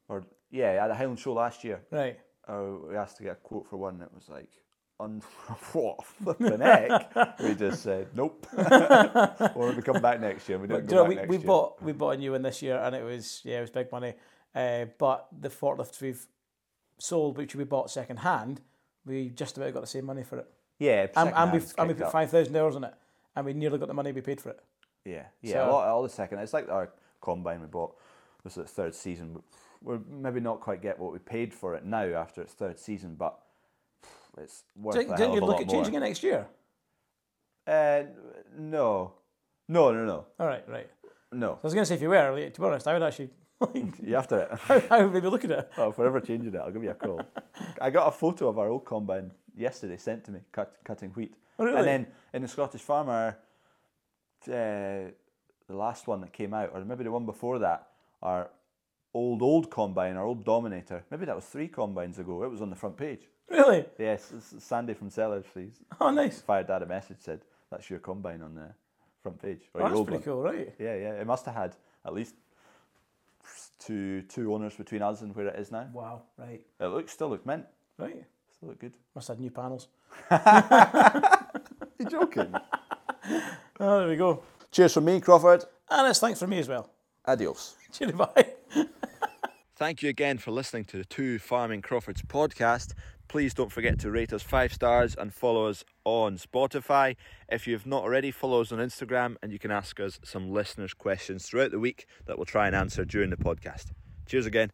Speaker 2: or yeah, at the Highland Show last year.
Speaker 1: Right.
Speaker 2: Uh, we asked to get a quote for one. and It was like. Un- what flipping heck? we just said nope. or we come back next year. We don't
Speaker 1: But,
Speaker 2: go
Speaker 1: do you know,
Speaker 2: back
Speaker 1: we,
Speaker 2: next
Speaker 1: we
Speaker 2: year.
Speaker 1: bought we bought a new one this year, and it was yeah, it was big money. Uh, but the forklifts we've sold, which we bought second hand, we just about got the same money for it.
Speaker 2: yeah,
Speaker 1: And, and we
Speaker 2: secondhand's
Speaker 1: and we
Speaker 2: kicked
Speaker 1: put
Speaker 2: up.
Speaker 1: five thousand hours on it, and we nearly got the money we paid for it.
Speaker 2: Yeah, yeah.
Speaker 1: So-
Speaker 2: a lot, all the second. It's like our combine we bought. This is the third season. but we're maybe not quite get what we paid for it now after its third season, but it's worth
Speaker 1: Didn't,
Speaker 2: a
Speaker 1: didn't
Speaker 2: hell
Speaker 1: you
Speaker 2: of a
Speaker 1: look
Speaker 2: lot
Speaker 1: at changing
Speaker 2: more.
Speaker 1: it next year?
Speaker 2: Uh, no, no, no, no,
Speaker 1: All right, right.
Speaker 2: no.
Speaker 1: I was going to say if you were, like, to be honest, I would actually. Like,
Speaker 2: You have to.
Speaker 1: I would maybe look at it.
Speaker 2: Oh, if we're ever changing it, I'll give you a call. I got a photo of our old combine yesterday sent to me, cut, cutting wheat.
Speaker 1: Oh, really?
Speaker 2: And then in the Scottish Farmer, uh, the last one that came out, or maybe the one before that, our old, old combine, our old Dominator, maybe that was three combines ago, it was on the front page.
Speaker 1: Really?
Speaker 2: Yes, it's Sandy from Sellers, please.
Speaker 1: Oh, nice.
Speaker 2: Fired out a message, said, that's your combine on the front page. Or
Speaker 1: Oh,
Speaker 2: your
Speaker 1: that's
Speaker 2: old
Speaker 1: pretty
Speaker 2: one.
Speaker 1: cool, right?
Speaker 2: Yeah, yeah. It must have had at least two two owners between us and where it is now.
Speaker 1: Wow, right,
Speaker 2: It looks still look mint.
Speaker 1: right.
Speaker 2: Still look good.
Speaker 1: Must have had new panels.
Speaker 2: you joking?
Speaker 1: Oh, there we go.
Speaker 2: Cheers from me, Crawford.
Speaker 1: And it's thanks for me as well.
Speaker 2: Adios.
Speaker 1: Cheerio, bye.
Speaker 2: Thank you again for listening to the Two Farming Crawfords podcast. Please don't forget to rate us five stars and follow us on Spotify. If you've not already, follow us on Instagram and you can ask us some listeners' questions throughout the week that we'll try and answer during the podcast. Cheers again.